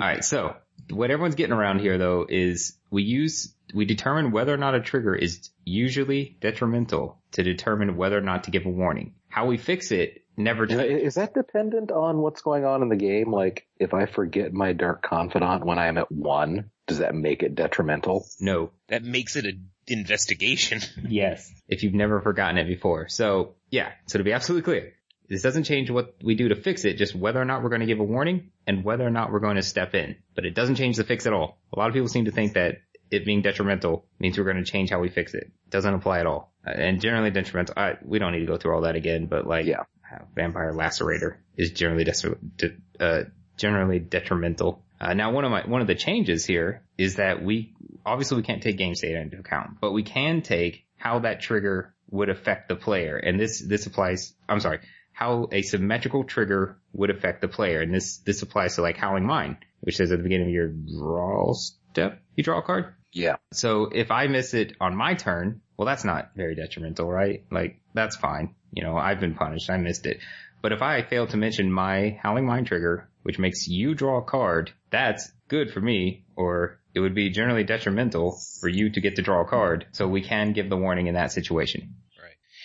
A: Alright, so what everyone's getting around here though is we use, we determine whether or not a trigger is usually detrimental to determine whether or not to give a warning. How we fix it never,
D: Now, i- Is that dependent on what's going on in the game? Like, if I forget my Dark Confidant when I am at one, does that make it detrimental?
A: no,
C: That makes it an investigation.
A: Yes. If you've never forgotten it before. So yeah, so to be absolutely clear, this doesn't change what we do to fix it, just whether or not we're going to give a warning and whether or not we're going to step in. But it doesn't change the fix at all. A lot of people seem to think that it being detrimental means we're going to change how we fix it. Doesn't apply at all. Uh, And generally detrimental, I, we don't need to go through all that again, but like,
D: Yeah.
A: uh, Vampire Lacerator is generally des- de- uh, generally detrimental. Uh, now one of my, one of the changes here is that we obviously we can't take game state into account, but we can take how that trigger would affect the player. And this, this applies, I'm sorry, how a symmetrical trigger would affect the player. And this, this applies to like Howling Mine, which says at the beginning of your draw step, you draw a card.
D: Yeah.
A: So if I miss it on my turn, well, that's not very detrimental, right? Like that's fine. You know, I've been punished. I missed it. But if I fail to mention my Howling Mind trigger, which makes you draw a card, that's good for me, or it would be generally detrimental for you to get to draw a card. So we can give the warning in that situation.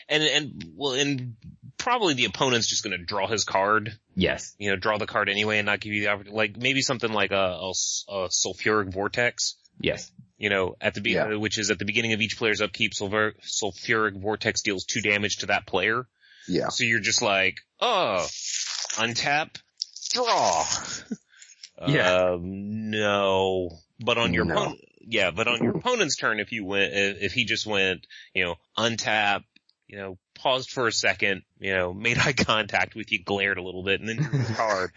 C: and and well, and probably the opponent's just going to draw his card.
A: Yes.
C: You know, draw the card anyway, and not give you the opportunity. Like maybe something like a, a s- a sulfuric vortex.
A: Yes.
C: You know, at the be-
D: Yeah.
C: which is at the beginning of each player's upkeep, sulfur- sulfuric vortex deals two damage to that player.
D: Yeah.
C: So you're just like, oh, untap, draw.
A: Yeah.
C: Um, no, but on your
D: No.
C: opponent, yeah, but on your opponent's turn, if you went, if if he just went, you know, untap, you know, paused for a second, you know, made eye contact with you, glared a little bit, and then drew his card.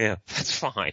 C: yeah, that's fine.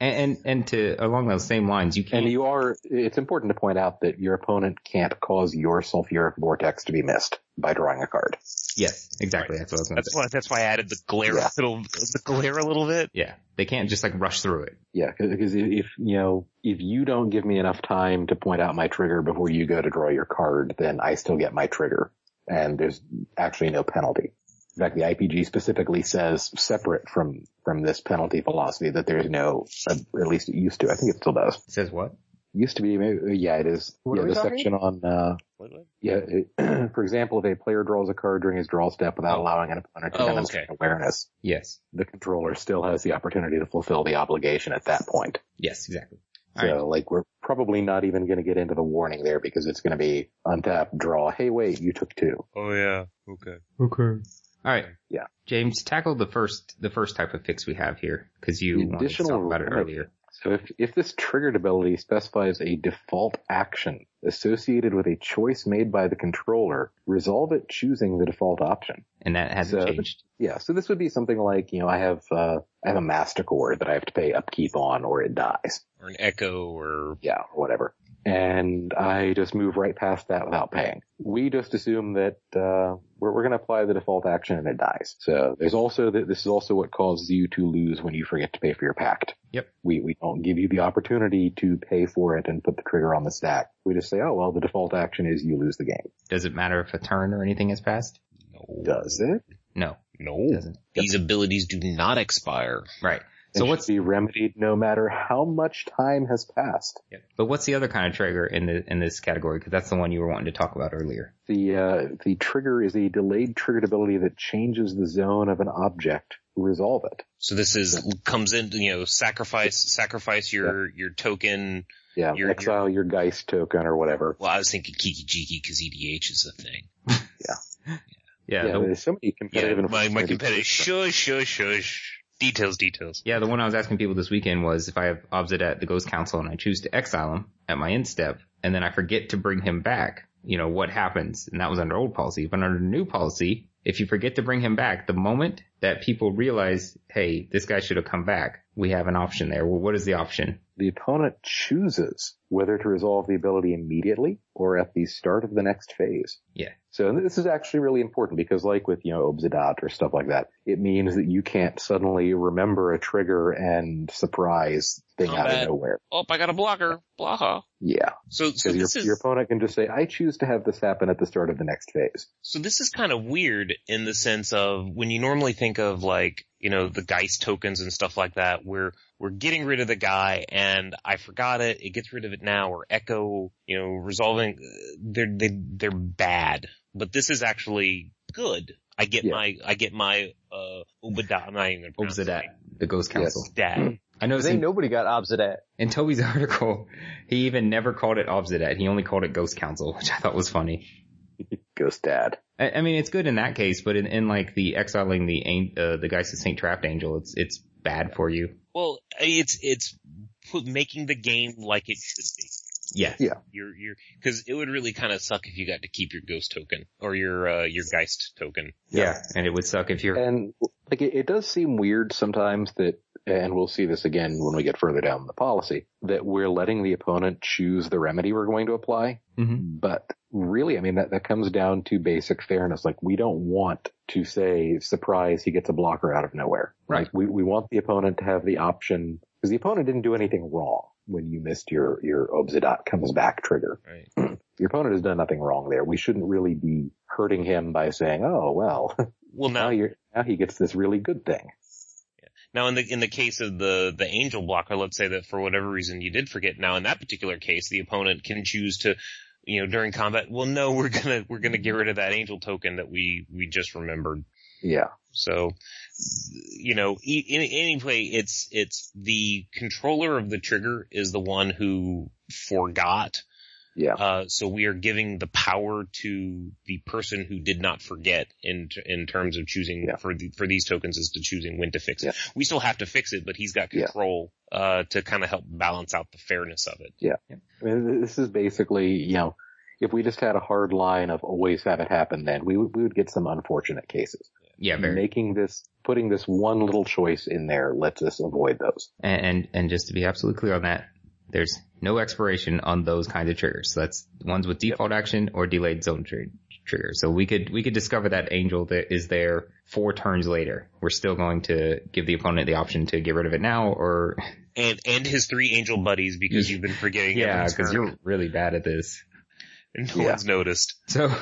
A: And, and, and to, along those same lines, you
D: And
A: can't,
D: you are, it's important to point out that your opponent can't cause your sulfuric vortex to be missed by drawing a card.
A: yes, exactly. That's what I was going to
C: That's
A: say.
C: why, that's why I added the glare
D: Yeah.
C: a little, the glare a little bit.
A: Yeah. They can't just like rush through it.
D: Yeah, because if, you know, if you don't give me enough time to point out my trigger before you go to draw your card, then I still get my trigger. And there's actually no penalty. In fact, the IPG specifically says separate from, from this penalty philosophy that there's no, or at least it used to, I think it still does.
A: It says what?
D: Used to be, maybe, uh, yeah, it is.
B: What are
D: yeah,
B: we
D: the
B: talking?
D: section on, uh,
C: What- what?
D: yeah, it, for example, if a player draws a card during his draw step without allowing an opponent to
C: Oh,
D: demonstrate
C: okay.
D: awareness,
A: Yes.
D: the controller still has the opportunity to fulfill the obligation at that point.
A: Yes, exactly.
D: So,
A: All right.
D: like, we're probably not even going to get into the warning there because it's going to be untap, draw. Hey, wait, you took two.
C: Oh yeah. Okay.
A: Okay. All right.
B: Yeah.
A: James, tackle the first the first type of fix we have here because you
D: The
A: wanted to
D: additional
A: talk about it
D: rule.
A: earlier.
D: So if, if this triggered ability specifies a default action associated with a choice made by the controller, resolve it choosing the default option.
A: And that hasn't
D: So-
A: changed.
D: Yeah, so this would be something like, you know, I have, uh, I have a master core that I have to pay upkeep on or it dies.
C: or an echo or
D: yeah, or whatever. And I just move right past that without paying. We just assume that uh, we're, we're going to apply the default action and it dies. So there's also that this is also what causes you to lose when you forget to pay for your pact.
A: Yep.
D: We we don't give you the opportunity to pay for it and put the trigger on the stack. We just say, oh well, the default action is you lose the game.
A: Does it matter if a turn or anything has passed?
C: no,
D: Does it?
A: No,
C: no.
A: it doesn't.
C: These abilities do not expire.
A: Right.
D: It
A: So
D: should
A: what's
D: be remedied no matter how much time has passed?
A: yeah. but what's the other kind of trigger in the in this category? Because that's the one you were wanting to talk about earlier.
D: The uh, the trigger is a delayed triggered ability that changes the zone of an object. Resolve it.
C: So this is comes in, you know, sacrifice sacrifice your your token.
D: Yeah,
C: Your-
D: exile your Geist token or whatever.
C: Well, I was thinking Kiki Jiki because EDH is a thing.
A: Yeah,
D: Yeah,
A: the-
D: there's so many competitive.
C: Yeah, my, my
D: enforcement
C: competitive. Shush,
D: issues.
C: shush, shush. Details, details.
A: Yeah, the one I was asking people this weekend was if I have Obsid at the Ghost Council and I choose to exile him at my end step, and then I forget to bring him back, you know, what happens? And that was under old policy. But under new policy, if you forget to bring him back, the moment that people realize, hey, this guy should have come back, we have an option there. Well, what is the option?
D: The opponent chooses whether to resolve the ability immediately or at the start of the next phase.
A: Yeah.
D: So and this is actually really important because like with, you know, Obsidat or stuff like that, it means that you can't suddenly remember a trigger and surprise thing out
C: Combat.
D: of nowhere.
C: Oh, I got a blocker. Blah.
D: Yeah.
C: So, so
D: Because your,
C: this is
D: your opponent can just say, I choose to have this happen at the start of the next phase.
C: So this is kind of weird in the sense of when you normally think of like, you know, the Geist tokens and stuff like that, we're, we're getting rid of the guy and I forgot it, it gets rid of it now, or Echo, you know, resolving, uh, they're, they, they're bad. But this is actually good. I get
D: Yeah.
C: my, I get my, uh, Obada, I'm not even gonna pronounce
A: Obsid
C: it
A: at the Ghost
D: Yes.
A: Council.
C: right. Dad.
A: I noticed
B: They
A: in,
B: nobody got obstinate.
A: in Toby's article, he even never called it Obsid at. He only called it Ghost Council, which I thought was funny.
D: Ghost Dad.
A: I, I mean, it's good in that case, but in, in like the exiling the an- uh, the Geist of Saint Trapped Angel, it's it's bad for you.
C: Well, it's, it's put, making the game like it should be.
A: Yes.
D: Yeah.
C: your your because it would really kind of suck if you got to keep your ghost token or your uh, your Geist token.
A: Yeah, Uh, and it would suck if you're.
D: And like it, it does seem weird sometimes that, and we'll see this again when we get further down the policy, that we're letting the opponent choose the remedy we're going to apply.
A: Mhm.
D: But really, I mean, that, that comes down to basic fairness. Like we don't want to say, surprise, he gets a blocker out of nowhere.
A: Right.
D: Like, we, we want the opponent to have the option, because the opponent didn't do anything wrong when you missed your, your Obsidat comes back trigger.
C: Right.
D: Your opponent has done nothing wrong there. We shouldn't really be hurting him by saying, oh, well,
C: Well,
D: now
C: now
D: you're, now he gets this really good thing.
C: now in the in the case of the the angel blocker, let's say that for whatever reason you did forget. Now in that particular case, the opponent can choose to. You know, during combat, well, no, we're gonna, we're gonna get rid of that angel token that we, we just remembered.
D: Yeah.
C: So, you know, e- in any play, it's, it's the controller of the trigger is the one who forgot
D: Yeah.
C: Uh, so we are giving the power to the person who did not forget in in terms of choosing
D: Yeah.
C: for the, for these tokens is to choosing when to fix it.
D: Yeah.
C: We still have to fix it, but he's got
D: Yeah.
C: control uh, to kind of help balance out the fairness of it.
D: I mean, this is basically, you know, if we just had a hard line of always have it happen, then we would, we would get some unfortunate cases.
A: Yeah, very.
D: Making this, putting this one little choice in there lets us avoid those.
A: And, and and just to be absolutely clear on that, there's no expiration on those kinds of triggers. So that's ones with default action or delayed zone tr- trigger. So we could we could discover that angel that is there four turns later. We're still going to give the opponent the option to get rid of it now, or
C: And and his three angel buddies because you've been forgetting.
A: yeah,
C: because
A: because you're really bad at this.
C: and no
D: Yeah.
C: one's noticed.
A: So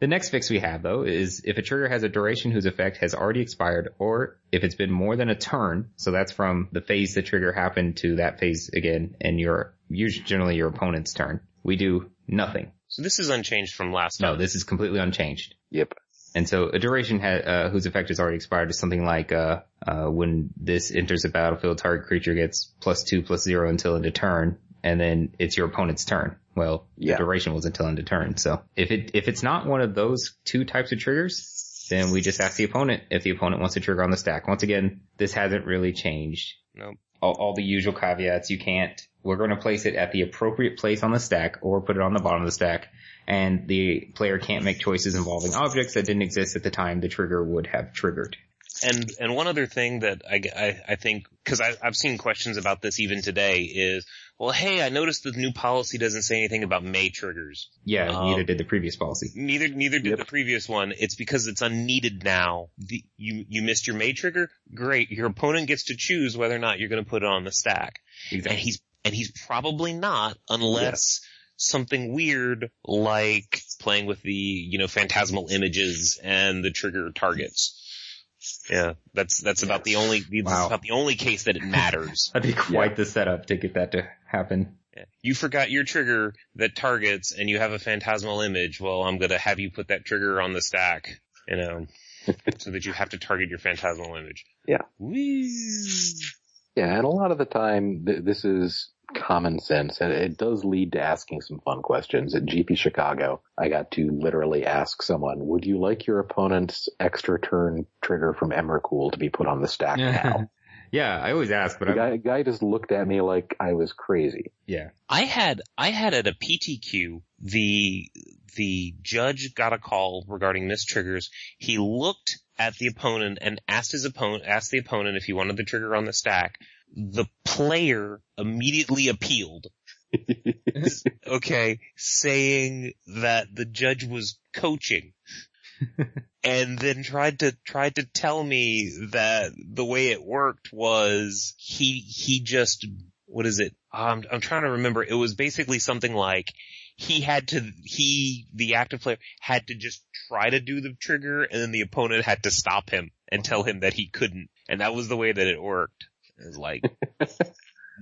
A: the next fix we have though is if a trigger has a duration whose effect has already expired or if it's been more than a turn, so that's from the phase the trigger happened to that phase again and your usually generally your opponent's turn. We do nothing.
C: So this is unchanged from last
A: No,
C: time.
A: this is completely unchanged.
D: Yep.
A: And so a duration ha- uh, whose effect has already expired is something like uh, uh, when this enters the battlefield, target creature gets plus two plus zero until end of turn, and then it's your opponent's turn. Well,
D: Yeah.
A: the duration was until end of turn. So if it if it's not one of those two types of triggers, then we just ask the opponent if the opponent wants to trigger on the stack. Once again, this hasn't really changed.
C: Nope.
A: All, all the usual caveats. You can't, we're going to place it at the appropriate place on the stack or put it on the bottom of the stack. And the player can't make choices involving objects that didn't exist at the time the trigger would have triggered.
C: And and one other thing that I I, I think because I've seen questions about this even today is well hey I noticed the new policy doesn't say anything about May triggers
A: Yeah,
C: Um,
A: neither did the previous policy.
C: neither neither did
D: Yep.
C: the previous one it's because it's unneeded now the, you you missed your May trigger great your opponent gets to choose whether or not you're going to put it on the stack and he's and he's probably not unless something weird like playing with the you know phantasmal images and the trigger targets. Yeah, that's that's about the only that's
A: Wow.
C: about the only case that it matters.
A: That'd be quite the setup to get that to happen.
C: Yeah. You forgot your trigger that targets and you have a phantasmal image. Well, I'm gonna have you put that trigger on the stack, you know, so that you have to target your phantasmal image.
D: Yeah.
C: Whee.
D: Yeah, and a lot of the time, th- this is common sense, and it does lead to asking some fun questions. At GP Chicago, I got to literally ask someone, "Would you like your opponent's extra turn trigger from Emrakul to be put on the stack now?"
A: yeah, I always ask, but
D: the
A: I,
D: guy, guy just looked at me like I was crazy.
A: yeah.
C: I had I had at a PTQ the the judge got a call regarding mistriggers. He looked at the opponent and asked his opponent asked the opponent if he wanted the trigger on the stack. The player immediately appealed. okay, saying that the judge was coaching. and then tried to tried to tell me that the way it worked was he he just what is it? Um, I'm trying to remember. It was basically something like he had to he the active player had to just try to do the trigger, and then the opponent had to stop him and tell him that he couldn't, and that was the way that it worked. It was like
A: I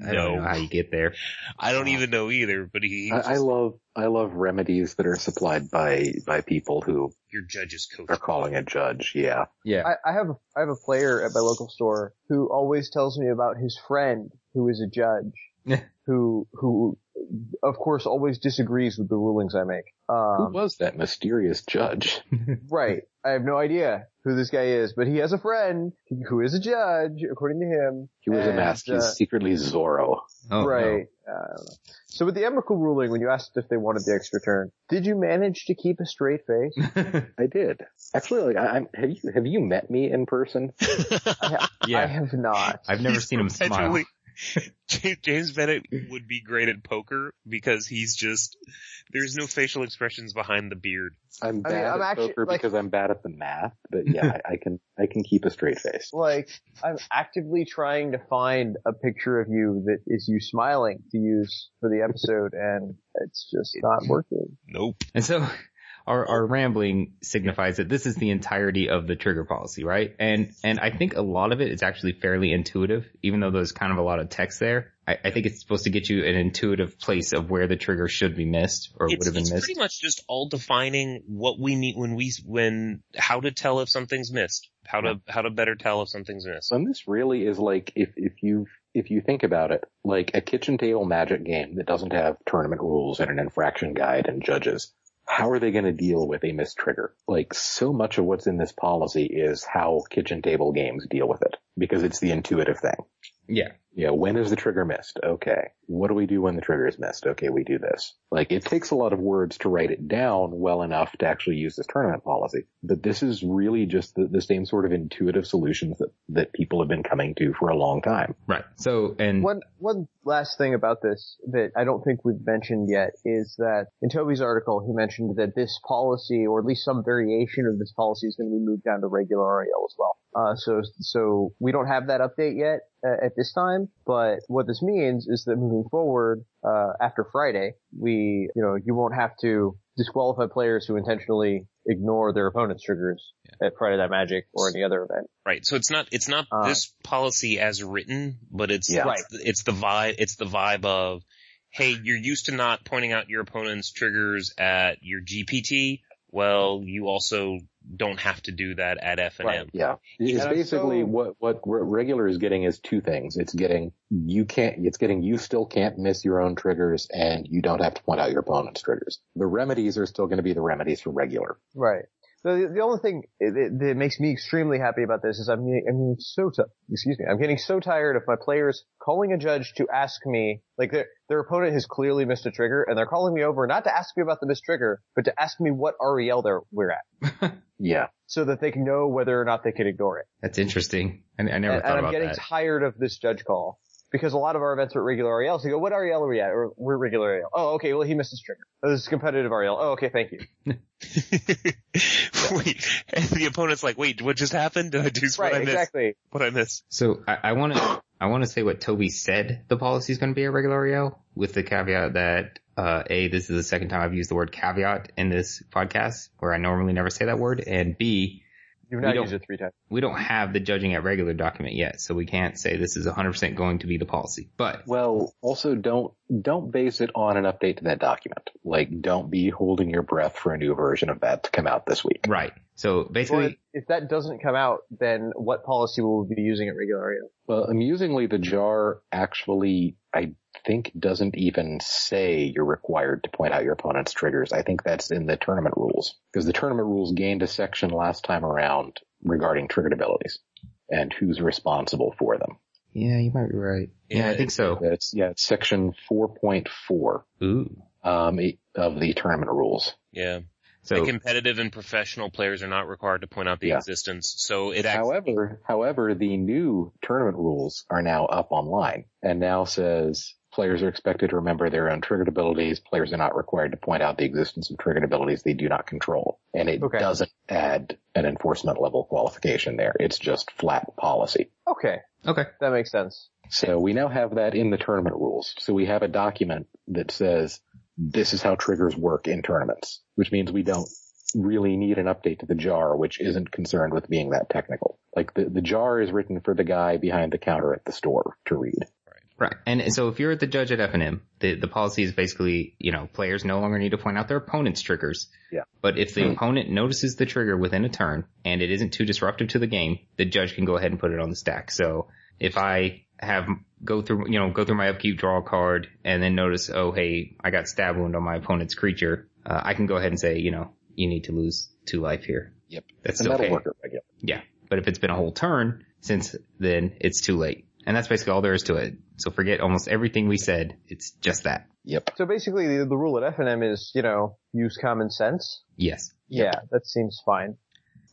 A: don't know
C: no,
A: how you get there.
C: I don't even know either. But he, he
D: I,
C: was
D: I
C: just-
D: love I love remedies that are supplied by by people who
C: your judge's coach.
D: are calling a judge. Yeah,
A: Yeah.
B: I, I have a, I have a player at my local store who always tells me about his friend who is a judge, who who of course always disagrees with the rulings I make.
D: who
B: Um,
D: was that mysterious judge?
B: right, I have no idea who this guy is, but he has a friend who is a judge, according to him.
D: He was a
B: and,
D: mask.
B: uh,
D: He's secretly Zorro.
A: Oh, no.
B: right. Uh, so with the Emrakul ruling, when you asked if they wanted the extra turn, did you manage to keep a straight face?
D: I did actually. Like, I, I'm, have you have you met me in person?
B: I
A: Yeah.
B: have not.
A: I've never
C: He's
A: seen him smile.
C: perpetually- James- James Bennett would be great at poker because he's just there's no facial expressions behind the beard.
D: I'm
B: I
D: bad
B: mean, I'm
D: at
B: actually,
D: poker
B: like-
D: because I'm bad at the math, but yeah, I, I can I can keep a straight face.
B: like I'm actively trying to find a picture of you that is you smiling to use for the episode, and it's just not working.
C: Nope.
A: And so our, our rambling signifies that this is the entirety of the trigger policy, right? And, and I think a lot of it is actually fairly intuitive, even though there's kind of a lot of text there. I, I think it's supposed to get you an intuitive place of where the trigger should be missed or would
C: It's,
A: have been
C: it's
A: missed.
C: pretty much just all defining what we need when we when how to tell if something's missed, how to how to better tell if something's missed.
D: And this really is like if if you if you think about it, like a kitchen table magic game that doesn't have tournament rules and an infraction guide and judges. How are they going to deal with a missed trigger? Like so much of what's in this policy is how kitchen table games deal with it because it's the intuitive thing.
A: yeah.
D: Yeah, when is the trigger missed? Okay. What do we do when the trigger is missed? Okay, we do this. Like, it takes a lot of words to write it down well enough to actually use this tournament policy. But this is really just the, the same sort of intuitive solutions that, that people have been coming to for a long time.
A: Right. So, and
B: One one last thing about this that I don't think we've mentioned yet is that in Toby's article he mentioned that this policy, or at least some variation of this policy, is going to be moved down to regular REL as well. Uh, so so we don't have that update yet uh, at this time, but what this means is that moving forward, uh, after Friday, we you know you won't have to disqualify players who intentionally ignore their opponent's triggers at Friday Night Magic or any other event.
C: Right. So it's not it's not
B: Uh,
C: this policy as written, but it's
D: Yeah.
C: it's, the- it's the vibe it's the vibe of hey, you're used to not pointing out your opponent's triggers at your GPT. Well, you also don't have to do that at F and M.
B: Right.
D: Yeah. It's
B: And I'm
D: basically
B: so-
D: what, what re- regular is getting is two things. It's getting, you can't, it's getting you still can't miss your own triggers and you don't have to point out your opponent's triggers. The remedies are still going to be the remedies for regular.
B: Right. So the, the only thing that, that makes me extremely happy about this is I'm getting, I'm getting so t- excuse me I'm getting so tired of my players calling a judge to ask me like their their opponent has clearly missed a trigger and they're calling me over not to ask me about the missed trigger but to ask me what REL they're we're at
D: Yeah.
B: so that they can know whether or not they can ignore it.
A: That's interesting. I, I never
B: and,
A: thought
B: and I'm
A: about
B: getting
A: that.
B: tired of this judge call because a lot of our events are at regular REL. So you go, what REL are we at? Or we're regular REL. Oh, okay. Well, he missed his trigger. Oh, this is competitive REL. Oh, okay. Thank you.
C: wait, and the opponent's like, wait, what just happened? Did I do what I
B: right.
C: missed?
B: Exactly.
C: What I missed?
A: So I, I want to I want to say what Toby said the policy is going to be at regular EL with the caveat that uh, a this is the second time I've used the word caveat in this podcast where I normally never say that word, and b
B: You've
A: We
B: now
A: don't-
B: used it three times.
A: we don't have the judging at regular document yet, so we can't say this is 100% going to be the policy. But
D: Well, also don't, don't base it on an update to that document. Like don't be holding your breath for a new version of that to come out this week.
A: right, so
B: Well,
A: basically,
B: if, if that doesn't come out, then what policy will we be using at regular REL?
D: Well, amusingly, the jar actually, I think, doesn't even say you're required to point out your opponent's triggers. I think that's in the tournament rules because the tournament rules gained a section last time around regarding triggered abilities and who's responsible for them.
A: yeah, you might be right. Yeah, I think so.
D: That's yeah, it's section 4.4
A: Ooh,
D: um, e- of the tournament rules.
C: Yeah.
A: so
C: the competitive and professional players are not required to point out the
D: Yeah.
C: existence. So it acts,
D: However, however, the new tournament rules are now up online and now says players are expected to remember their own triggered abilities. Players are not required to point out the existence of triggered abilities they do not control. And it
B: Okay.
D: doesn't add an enforcement level qualification there. It's just flat policy.
B: Okay.
A: okay,
B: That makes sense.
D: So we now have that in the tournament rules. So we have a document that says this is how triggers work in tournaments, which means we don't really need an update to the jar, which isn't concerned with being that technical. Like the, the jar is written for the guy behind the counter at the store to read.
A: right. And so if you're at the judge at FNM, the the policy is basically you know players no longer need to point out their opponent's triggers.
D: Yeah.
A: But if the
D: Hmm.
A: opponent notices the trigger within a turn and it isn't too disruptive to the game, the judge can go ahead and put it on the stack. So if I have go through you know go through my upkeep draw a card and then notice oh hey I got stab wound on my opponent's creature, uh, I can go ahead and say you know you need to lose two life here.
D: Yep.
A: That's
D: And
A: still
D: that'll
A: okay.
D: work. I guess.
A: Yeah. But if it's been a whole turn since then, it's too late. And that's basically all there is to it. So forget almost everything we said. It's just that.
D: Yep.
B: So basically, the, the rule at FNM is, you know, use common sense.
A: Yes.
B: Yeah, that seems fine.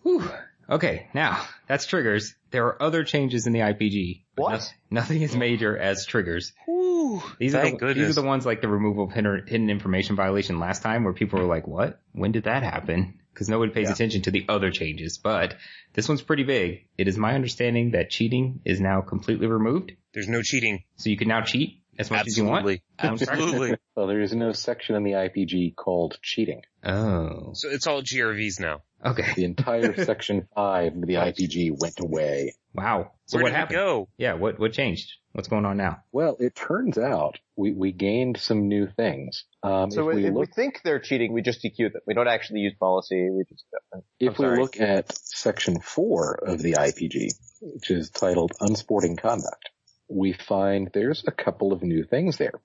A: Whew. Okay. Now that's triggers. There are other changes in the IPG. but
B: What?
A: noth- nothing is major as triggers.
C: whew,
A: These are,
C: thank
A: the,
C: goodness.
A: these are the ones like the removal of hidden, hidden information violation last time where people were like, what? When did that happen? Because nobody pays
D: Yeah.
A: attention to the other changes, but this one's pretty big. It is my understanding that cheating is now completely removed.
C: There's no cheating.
A: So you can now cheat as much as
C: Absolutely.
A: you want.
C: Absolutely.
D: Well, there is no section in the IPG called cheating.
A: Oh,
C: So it's all GRVs now.
A: okay.
D: The entire section five of the IPG went away.
A: Wow. So
C: Where
A: what
C: did it
A: happened?
C: go?
A: Yeah. What what changed? What's going on now?
D: Well, it turns out we, we gained some new things. Um,
B: So
D: if
B: if
D: we
B: if
D: look
B: we think they're cheating, we just DQ them. We don't actually use policy. We just I'm
D: If we
B: sorry.
D: look at section four of the IPG, which is titled Unsporting Conduct, we find there's a couple of new things there.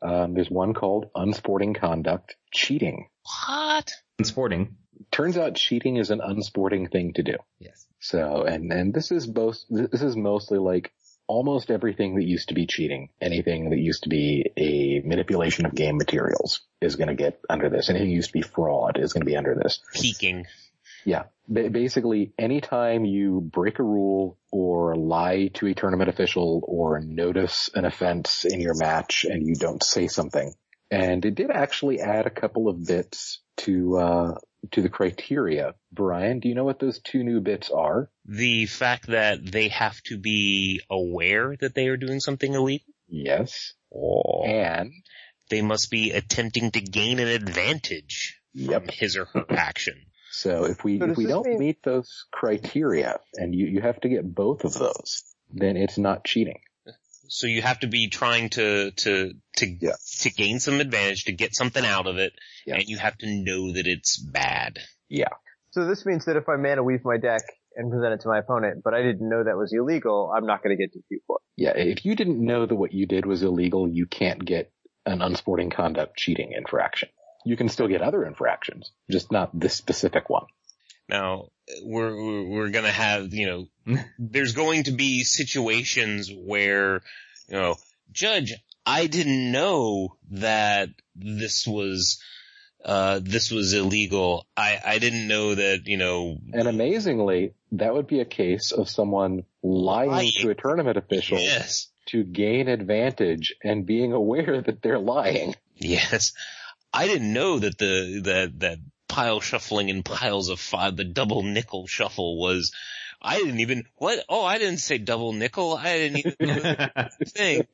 D: Um, there's one called Unsporting Conduct Cheating.
C: What?
A: Sporting.
D: Turns out cheating is an unsporting thing to do.
A: Yes.
D: So, and, and this is both, this is mostly like almost everything that used to be cheating, anything that used to be a manipulation of game materials is going to get under this. Anything that used to be fraud is going to be under this.
C: Peeking.
D: Yeah. Ba- basically, anytime you break a rule or lie to a tournament official or notice an offense in your match and you don't say something. And it did actually add a couple of bits to, uh, to the criteria. Brian, do you know what those two new bits are?
C: The fact that they have to be aware that they are doing something illegal.
D: Yes.
C: Oh.
D: And,
C: They must be attempting to gain an advantage from
D: yep.
C: his or her action.
D: So if we,
B: So
D: if
B: does
D: we
B: this
D: don't
B: mean-
D: meet those criteria and you, you have to get both of those, then it's not cheating.
C: So you have to be trying to to to
D: Yeah.
C: to gain some advantage to get something out of it,
D: Yeah.
C: and you have to know that it's bad.
B: So this means that if I mana weave my deck and present it to my opponent, but I didn't know that was illegal, I'm not going to get DQ for
D: Yeah, if you didn't know that what you did was illegal, you can't get an unsporting conduct cheating infraction. You can still get other infractions, just not this specific one.
C: Now we're we're, we're going to have you know there's going to be situations where you know judge I didn't know that this was uh this was illegal. I I didn't know that you know
D: And amazingly, that would be a case of someone lying
C: Lying.
D: to a tournament official
C: yes.
D: to gain advantage and being aware that they're lying.
C: Yes. I didn't know that the, that, that pile shuffling and piles of five, the double nickel shuffle was, I didn't even, what? Oh, I didn't say double nickel. I didn't even know that thing.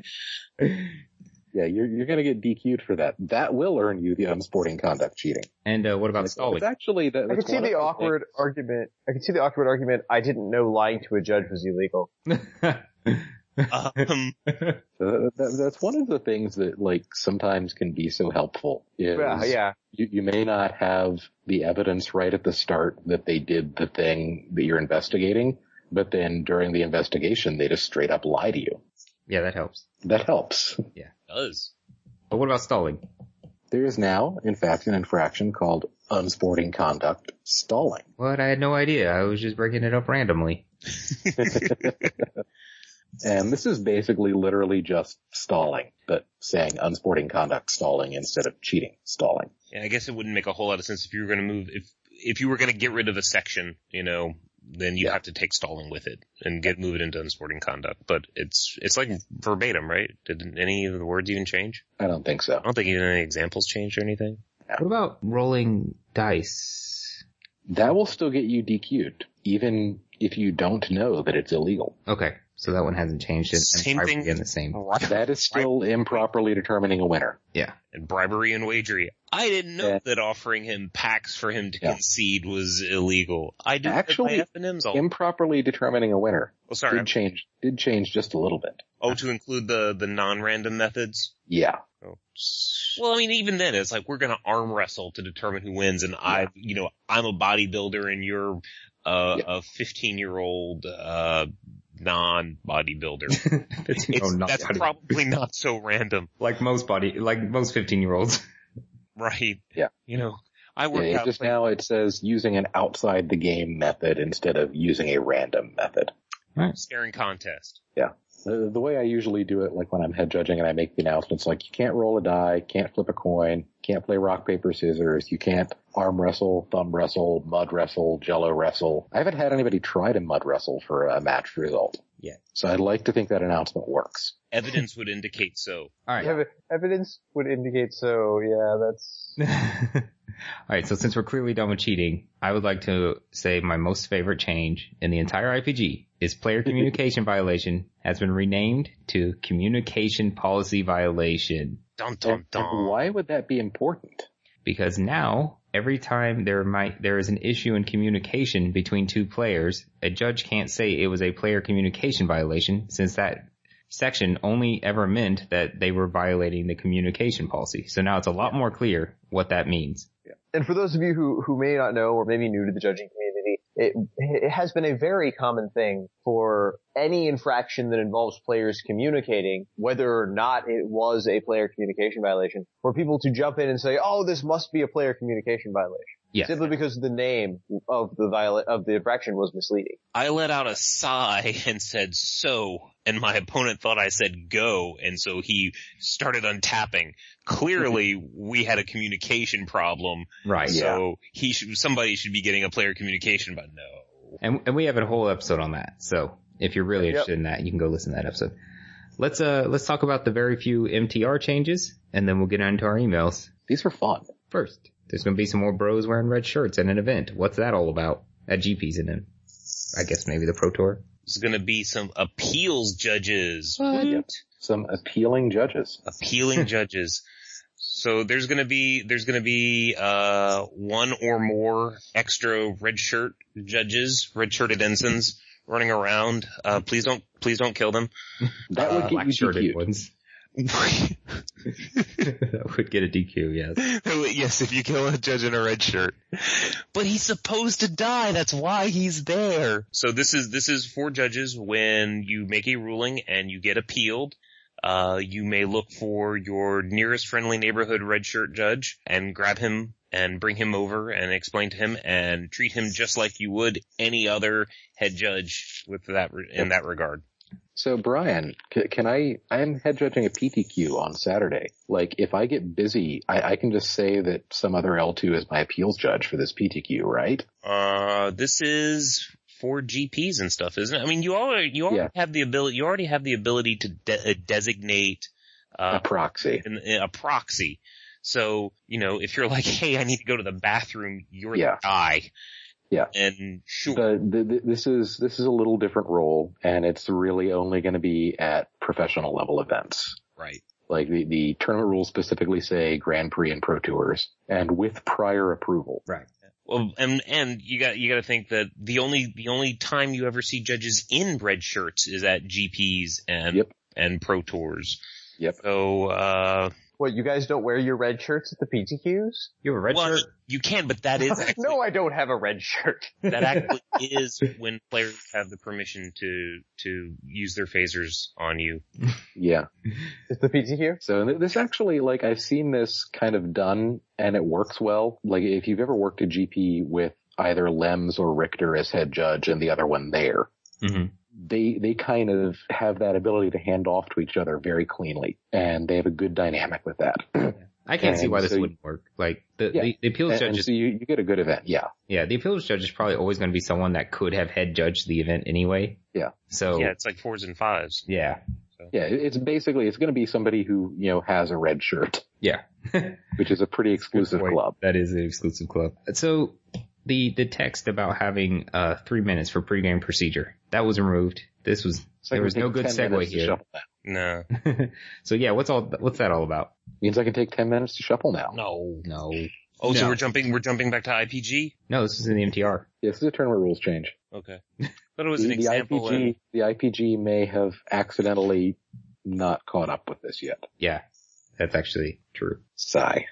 D: Yeah, you're you're gonna get DQ'd for that. That will earn you the unsporting conduct cheating.
A: and uh, what about
D: It's, it's
A: stalling?
D: actually that.
B: I
D: that's
B: can see
D: one of
B: the
D: things-
B: awkward argument. I can see the awkward argument. I didn't know lying to a judge was illegal.
C: Um,
D: So that, that- that's one of the things that like sometimes can be so helpful. Is
B: Yeah, yeah.
D: You, you may not have the evidence right at the start that they did the thing that you're investigating, but then during the investigation they just straight up lie to you.
A: yeah, that helps.
D: That helps.
C: does.
A: But what about stalling?
D: There is now, in fact, an infraction called unsporting conduct stalling.
A: What? I had no idea. I was just breaking it up randomly.
D: And this is basically literally just stalling, but saying unsporting conduct stalling instead of cheating stalling.
C: Yeah, I guess it wouldn't make a whole lot of sense if you were going to move, if, if you were going to get rid of a section, you know, then you have to take stalling with it and get, move it into unsporting conduct. But it's, it's like verbatim, right? Did any of the words even change?
D: I don't think so.
C: I don't think even any examples changed or anything.
A: What about rolling dice?
D: That will still get you DQ'd, even if you don't know that it's illegal.
A: Okay, so that one hasn't changed. and- and
C: Same
A: probably
C: thing.
A: again the same.
D: That is still improperly determining a winner.
A: Yeah.
C: and bribery and wagery. I didn't know
D: Yeah.
C: that offering him packs for him to
D: Yeah.
C: concede was illegal. I do
D: Actually,
C: my F&Ms all.
D: Improperly determining a winner
C: oh, sorry.
D: did change, did change just a little bit.
C: Oh, to include the the non-random methods.
D: Yeah.
C: Oh. Well, I mean, even then, it's like we're gonna arm wrestle to determine who wins, and I, you know, I'm a bodybuilder, and you're uh,
D: Yeah.
C: a 15 year old uh, non-bodybuilder.
A: That's,
C: It's, that's probably not so random,
A: like most body, like most 15 year olds.
C: right?
D: Yeah.
C: You know, I
D: Yeah,
C: work
D: it
C: out.
D: just
C: like-
D: now it says using an outside the game method instead of using a random method.
C: staring contest.
D: The, the way I usually do it, like when I'm head judging and I make the announcements, like you can't roll a die, can't flip a coin, can't play rock, paper, scissors, you can't arm wrestle, thumb wrestle, mud wrestle, jello wrestle. I haven't had anybody try to mud wrestle for a match result.
A: Yeah.
D: So I'd like to think that announcement works.
C: Evidence would indicate so.
A: All right.
B: Ev- evidence would indicate so. Yeah, that's
A: All right, so since we're clearly done with cheating, I would like to say my most favorite change in the entire IPG is player communication violation has been renamed to communication policy violation
C: Dum dum
D: And
C: dum.
D: Why would that be important?
A: because now every time there might there is an issue in communication between two players, a judge can't say it was a player communication violation since that section only ever meant that they were violating the communication policy. So now it's a lot more clear what that means.
B: and for those of you who, who may not know or may be new to the judging community, it, it has been a very common thing for any infraction that involves players communicating, whether or not it was a player communication violation, for people to jump in and say, oh, this must be a player communication violation.
A: Yes.
B: Simply because the name of the viola- of the infraction was misleading.
C: I let out a sigh and said so, and my opponent thought I said go, and so he started untapping. Clearly, we had a communication problem,
A: Right.
C: so he should, somebody should be getting a player communication, but no.
A: And, and we have a whole episode on that. So if you're really
B: Yep.
A: interested in that, you can go listen to that episode. Let's, uh, let's talk about the very few MTR changes and then we'll get onto our emails.
D: These were fun.
A: First, there's going to be some more bros wearing red shirts at an event. What's that all about? At GP's and then I guess maybe the Pro Tour.
C: There's gonna be some appeals judges.
D: Yep. Some appealing judges.
C: appealing judges. So there's gonna be there's gonna be uh one or more extra red shirt judges, red shirted ensigns running around. Uh please don't please don't kill them.
D: That would
A: Uh,
D: get you
A: black-shirted
D: DQ'd.
A: ones. that would get a DQ, yes.
C: yes, if you kill a judge in a red shirt. But he's supposed to die, that's why he's there. So this is this is for judges when you make a ruling and you get appealed. Uh, you may look for your nearest friendly neighborhood red shirt judge and grab him and bring him over and explain to him and treat him just like you would any other head judge with that re- in that regard.
D: So Brian, c- can I? I'm head judging a PTQ on Saturday. Like, if I get busy, I, I can just say that some other L2 is my appeals judge for this PTQ, right?
C: Uh, this is for GPs and stuff, isn't it? I mean, you already you already
D: Yeah.
C: have the ability you already have the ability to de- uh, designate uh,
D: a proxy.
C: in, in a proxy. So, you know, if you're like, hey, I need to go to the bathroom, you're
D: Yeah.
C: the guy.
D: Yeah.
C: And sure.
D: But th- th- this is this is a little different role, and it's really only going to be at professional level events.
C: right.
D: Like the, the tournament rules specifically say Grand Prix and Pro Tours, and with prior approval.
C: Well, and, and you got, you got to think that the only, the only time you ever see judges in red shirts is at GPs and,
D: Yep.
C: and pro tours.
D: Yep.
C: So, uh,
B: What, you guys don't wear your red shirts at the PTQs?
A: You have a red
C: well,
A: shirt?
C: you can, but that is, actually,
B: no, I don't have a red shirt.
C: that actually is when players have the permission to, to use their phasers on you.
D: Yeah.
B: It's the PTQ?
D: So th- this actually, like, I've seen this kind of done, and it works well. Like, if you've ever worked a GP with either Lems or Richter as head judge, and the other one there,
A: Mhm.
D: they they kind of have that ability to hand off to each other very cleanly, and they have a good dynamic with that.
A: I can't see
D: and
A: why this
D: so you-
A: wouldn't work. Like the,
D: Yeah.
A: the, the appeals
D: and,
A: judge
D: and
A: is
D: so you you get a good event, yeah.
A: yeah the appeals judge is probably always going to be someone that could have head judged the event anyway.
D: Yeah.
A: So
C: Yeah.
A: yeah,
C: It's like fours and fives.
A: yeah,
D: Yeah, it- it's basically it's going to be somebody who you know has a red shirt, which is a pretty exclusive
A: Wait,
D: club.
A: That is an exclusive club. So the the text about having uh three minutes for pregame procedure that was removed. This was
D: It's like
A: There
D: we
A: was no
D: take
A: good
D: 10
A: segue
D: minutes to
A: here.
D: shuffle now.
C: No.
A: so yeah. What's all what's that all about?
D: Means I can take ten minutes to shuffle now.
C: No.
A: No,
C: Oh, so
A: No.
C: we're jumping, we're jumping back to IPG?
A: no, this is in the MTR.
D: Yeah, this is a tournament rules change.
C: Okay. But it was an
D: the, the
C: example.
D: IPG,
C: and-
D: the IPG may have accidentally not caught up with this yet.
A: Yeah, that's actually true.
D: Sigh.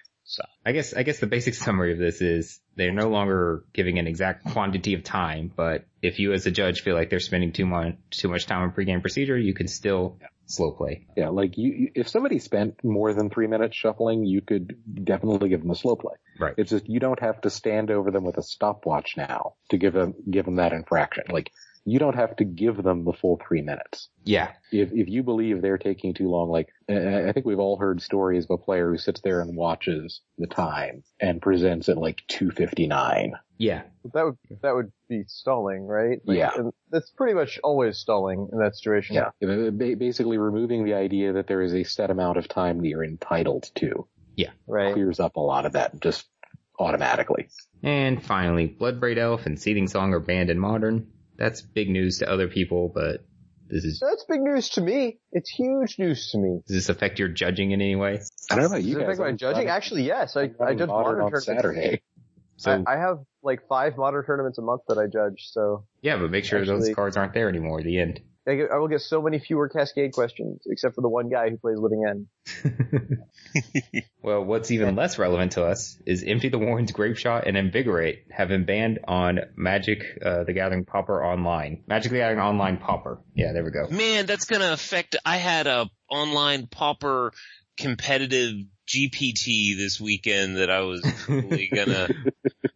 A: I guess I guess the basic summary of this is they're no longer giving an exact quantity of time, but if you as a judge feel like they're spending too much too much time on pregame procedure, you can still slow play.
D: Yeah, like you, you, if somebody spent more than three minutes shuffling, you could definitely give them a slow play.
A: Right.
D: It's just you don't have to stand over them with a stopwatch now to give them give them that infraction. Like you don't have to give them the full three minutes.
A: Yeah.
D: If if you believe they're taking too long, like I I think we've all heard stories of a player who sits there and watches the time and presents at like two fifty nine.
A: Yeah.
B: That would, that would be stalling, right?
D: Yeah.
B: and that's pretty much always stalling in that situation.
D: Yeah. Ba- Basically removing the idea that there is a set amount of time that you're entitled to
B: Right.
D: clears up a lot of that just automatically.
A: And finally, Bloodbraid Elf and Seething Song are banned in Modern. That's big news to other people, but does this
B: That's big news to me. It's huge news to me.
A: does this affect your judging in any way?
D: I don't know about
B: Does it
D: you guys.
B: affect my
D: I'm
B: judging?
D: running-
B: Actually, yes. I,
D: I'm
B: I
D: running
B: judge
D: modern
B: modern
D: on
B: tournaments.
D: Saturday.
A: So
B: I, I have like five modern tournaments a month that I judge, so
A: yeah, but make sure those
B: actually-
A: cards aren't there anymore at the end.
B: I, get, I will get so many fewer Cascade questions, except for the one guy who plays Living End.
A: Well, what's even less relevant to us is Empty the Warrens, Grape Shot, and Invigorate have been banned on Magic uh, the Gathering Popper Online. Magic the Gathering Online Popper. Yeah, there we go.
C: Man, that's gonna affect, I had a online pauper competitive GPT this weekend that I was really gonna,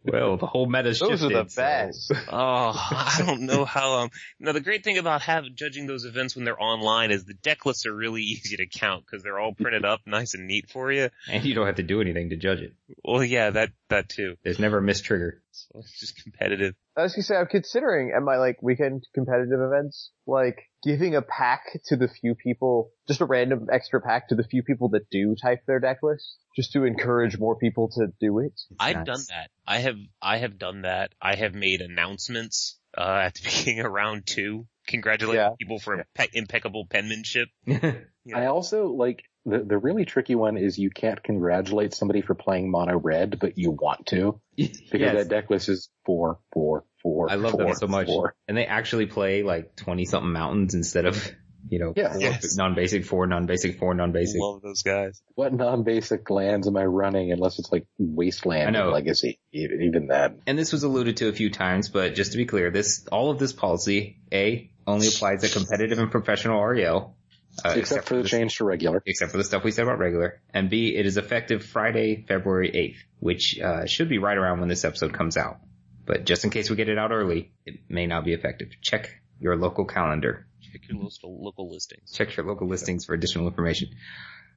A: Well, the whole meta
B: Those are the
A: shifted, so-
B: best.
C: oh, I don't know how, um, now the great thing about have, judging those events when they're online is the deck lists are really easy to count because they're all printed up nice and neat for you.
A: and you don't have to do anything to judge it.
C: Well, yeah, that, that too.
A: There's never a missed trigger.
C: So it's just competitive.
B: I was gonna say, I'm considering at my like weekend competitive events, like giving a pack to the few people, just a random extra pack to the few people that do type their deck list, just to encourage more people to do it.
C: I've
A: Nice.
C: done that. I have I have done that. I have made announcements uh, at the beginning of round two, congratulating
B: Yeah.
C: people for impe- impeccable penmanship. Yeah.
D: I also like the the really tricky one is you can't congratulate somebody for playing mono red, but you want to because
A: yes.
D: that deck list is four, four, four.
A: I love
D: four,
A: them so much.
D: four.
A: And they actually play like 20 something mountains instead of, you know,
D: Yeah.
A: four
C: Yes.
A: non-basic, four non-basic, four non-basic.
C: Love those guys.
D: What non-basic lands am I running unless it's like Wasteland
A: I know.
D: and Legacy? Even, even then.
A: and this was alluded to a few times, but just to be clear, this all of this policy A only applies to competitive and professional REL. uh,
D: except, for the change to regular.
A: except for the stuff we said about regular. And B, it is effective Friday, February 8th, which uh, should be right around when this episode comes out. But just in case we get it out early, it may not be effective. Check your local calendar.
C: Check your local, local listings.
A: Check your local listings for additional information.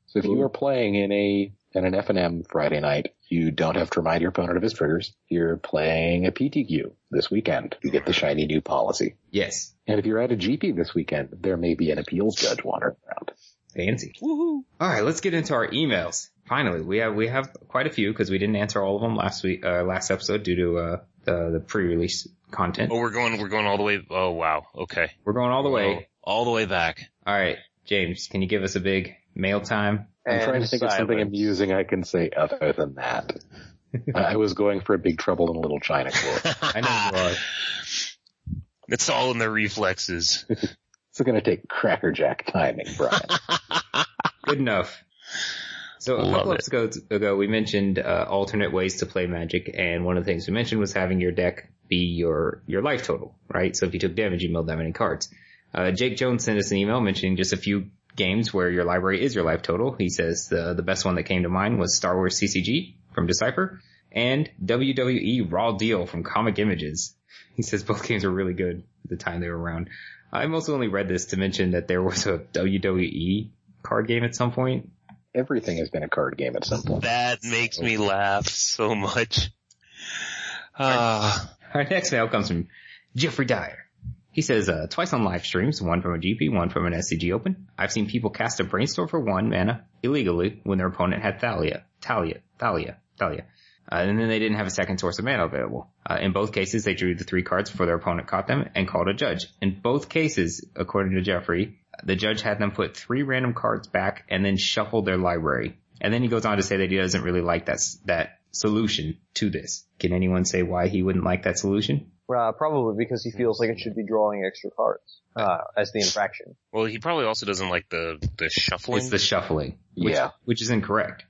D: So if you are playing in a in an F and M Friday night, you don't have to remind your opponent of his triggers. You're playing a PTQ this weekend. You get the shiny new policy.
A: Yes,
D: And if you're at a GP this weekend, there may be an appeals judge wandering around.
A: fancy.
C: Woohoo!
A: All right, let's get into our emails. Finally, we have we have quite a few because we didn't answer all of them last week, uh, last episode due to uh, the the pre-release content.
C: Oh, we're going, we're going all the way. Oh wow. Okay.
A: We're going all the way.
C: Oh, all the way back.
A: All right, James, can you give us a big mail time?
D: I'm trying to
B: And
D: think of something
B: silence.
D: amusing I can say other than that. I I was going for a big trouble in Little China. Quote.
A: I know you are.
C: It's all in the reflexes.
D: This is going to take crackerjack timing, Brian.
A: Good enough. So a
C: Love
A: couple
C: it.
A: of ago, ago we mentioned uh, alternate ways to play Magic, and one of the things we mentioned was having your deck be your your life total, right? So if you took damage, you milled that many cards. Uh, Jake Jones sent us an email mentioning just a few games where your library is your life total. He says the the best one that came to mind was Star Wars CCG from Decipher and WWE Raw Deal from Comic Images. He says both games were really good at the time they were around. I'm also only read this to mention that there was a E WWE card game at some point.
D: Everything has been a card game at some point.
C: That makes me laugh so much. Ah,
A: Our next mail comes from Jeffrey Dyer. He says, uh, twice on live streams, one from a GP, one from an SCG open, I've seen people cast a brainstorm for one mana illegally when their opponent had Thalia, Thalia, Thalia, Thalia. Uh, and then they didn't have a second source of mana available. Uh, in both cases, they drew the three cards before their opponent caught them and called a judge. In both cases, according to Jeffrey, the judge had them put three random cards back and then shuffle their library. And then he goes on to say that he doesn't really like that s- that solution to this. Can anyone say why he wouldn't like that solution?
B: Uh, probably because he feels like it should be drawing extra cards uh, as the infraction.
C: well, he probably also doesn't like the the shuffling.
A: It's the shuffling, which,
D: Yeah.
A: which is incorrect.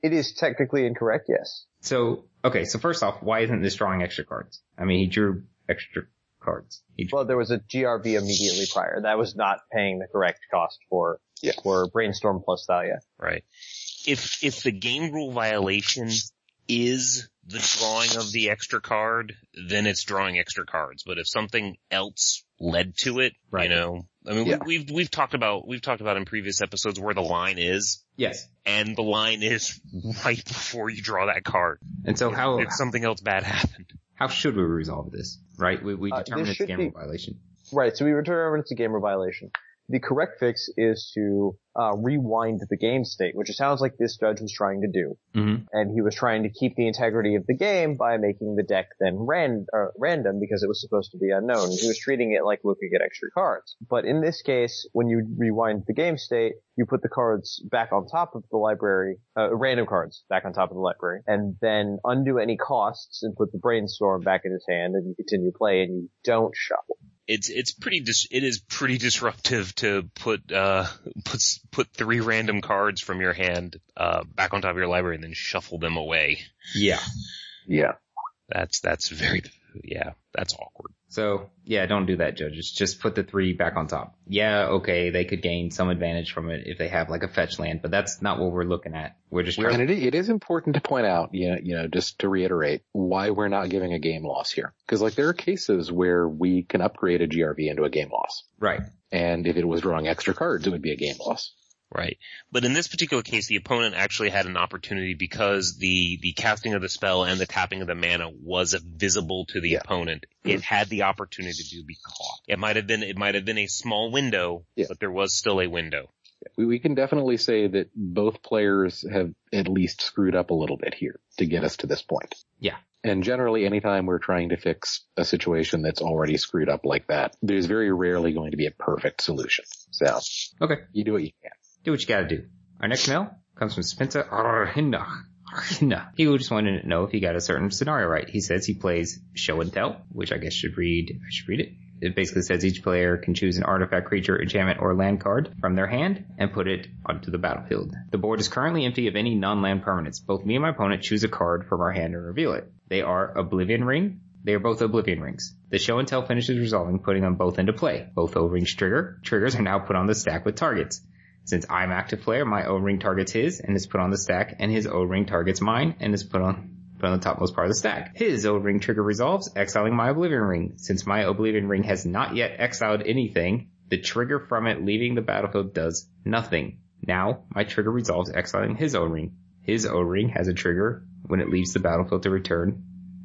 B: It is technically incorrect, yes.
A: So okay, so first off, why isn't this drawing extra cards? I mean, he drew extra cards. He drew,
B: Well, there was a GRB immediately prior that was not paying the correct cost for
D: Yeah.
B: for brainstorm plus Thalia.
C: Right. If if the game rule violation is the drawing of the extra card, then it's drawing extra cards. But if something else led to it,
A: Right.
C: you know, I mean,
D: Yeah.
C: we, we've we've talked about we've talked about in previous episodes where the line is,
A: yes.
C: and the line is right before you draw that card.
A: And so how
C: if something else bad happened.
A: how should we resolve this? Right? We we
B: Uh,
A: determine
B: there
A: it's a
B: should
A: game
B: be-
A: rule violation.
B: Right, so we return over to the gamer violation. The correct fix is to uh, rewind the game state, which it sounds like this judge was trying to do.
A: Mm-hmm.
B: and he was trying to keep the integrity of the game by making the deck then ran, uh, random because it was supposed to be unknown. He was treating it like we could get extra cards. But in this case, when you rewind the game state, you put the cards back on top of the library, uh, random cards back on top of the library, and then undo any costs and put the brainstorm back in his hand and you continue play and you don't shuffle.
C: It's it's pretty dis- it is pretty disruptive to put uh put s- put three random cards from your hand uh back on top of your library and then shuffle them away.
A: Yeah.
D: Yeah.
C: That's that's very yeah, that's awkward.
A: So yeah, don't do that, judges. Just put the three back on top. Yeah, okay, they could gain some advantage from it if they have like a fetch land, but that's not what we're looking at. We're just
D: And
A: trying.
D: it, it is important to point out, you know, you know, just to reiterate why we're not giving a game loss here. Cause like there are cases where we can upgrade a GRV into a game loss.
A: Right.
D: And if it was drawing extra cards, it would be a game loss.
C: Right. But in this particular case the opponent actually had an opportunity because the the casting of the spell and the tapping of the mana was visible to the
D: Yeah. Mm-hmm.
C: opponent. It had the opportunity to be caught. It might have been it might have been a small window,
D: Yeah.
C: but there was still a window.
D: We, we can definitely say that both players have at least screwed up a little bit here to get us to this point.
A: Yeah.
D: And generally anytime we're trying to fix a situation that's already screwed up like that, there's very rarely going to be a perfect solution. So
A: Okay.
D: you do what you can.
A: do what you gotta do. Our next mail comes from Spencer Arhinda. Arhinda. He just wanted to know if he got a certain scenario right. He says he plays show and tell, which I guess should read, I should read it. It basically says each player can choose an artifact, creature, enchantment, or land card from their hand and put it onto the battlefield. The board is currently empty of any non-land permanents. Both me and my opponent choose a card from our hand and reveal it. They are Oblivion Ring, They are both Oblivion Rings. The show and tell finishes resolving, putting them both into play. Both O-rings trigger. Triggers are now put on the stack with targets. Since I'm active player, my O-ring targets his and is put on the stack, and his O-ring targets mine and is put on put on the topmost part of the stack. His O-ring trigger resolves, exiling my Oblivion Ring. Since my Oblivion Ring has not yet exiled anything, the trigger from it leaving the battlefield does nothing. Now, my trigger resolves, exiling his O-ring. His O-ring has a trigger when it leaves the battlefield to return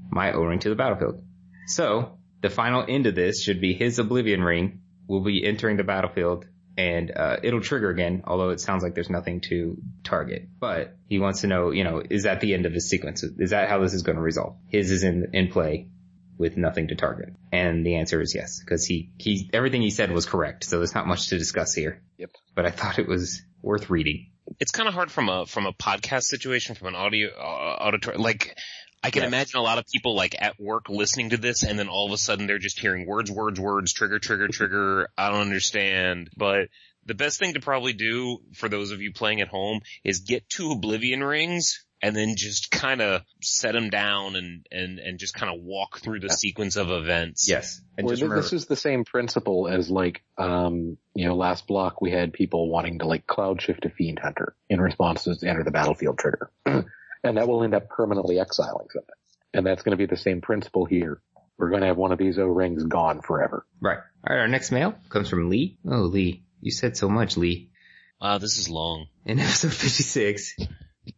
A: my O-ring to the battlefield. So, the final end of this should be his Oblivion Ring will be entering the battlefield and uh, it'll trigger again, although it sounds like there's nothing to target. But he wants to know, you know, is that the end of the sequence? Is that how this is going to resolve? His is in, in play with nothing to target. And the answer is yes, because he, he, everything he said was correct, so there's not much to discuss here.
D: Yep.
A: But I thought it was worth reading.
C: It's kind of hard from a from a podcast situation, from an audio uh, auditory like. I can
A: Yeah.
C: imagine a lot of people like at work listening to this and then all of a sudden they're just hearing words, words, words, trigger, trigger, trigger. I don't understand. But the best thing to probably do for those of you playing at home is get two oblivion rings and then just kind of set them down and, and, and just kind of walk through the sequence of events.
A: Yes. And
D: Well,
A: just
D: thi-
A: remember,
D: this is the same principle as like, um, you know, last block we had people wanting to like cloud shift to Fiend Hunter in response to enter the battlefield trigger. and that will end up permanently exiling something. And that's going to be the same principle here. We're going to have one of these O-rings gone forever.
A: right. All right, our next mail comes from Lee. Oh, Lee, you said so much, Lee.
C: Wow, this is long.
A: in episode 56,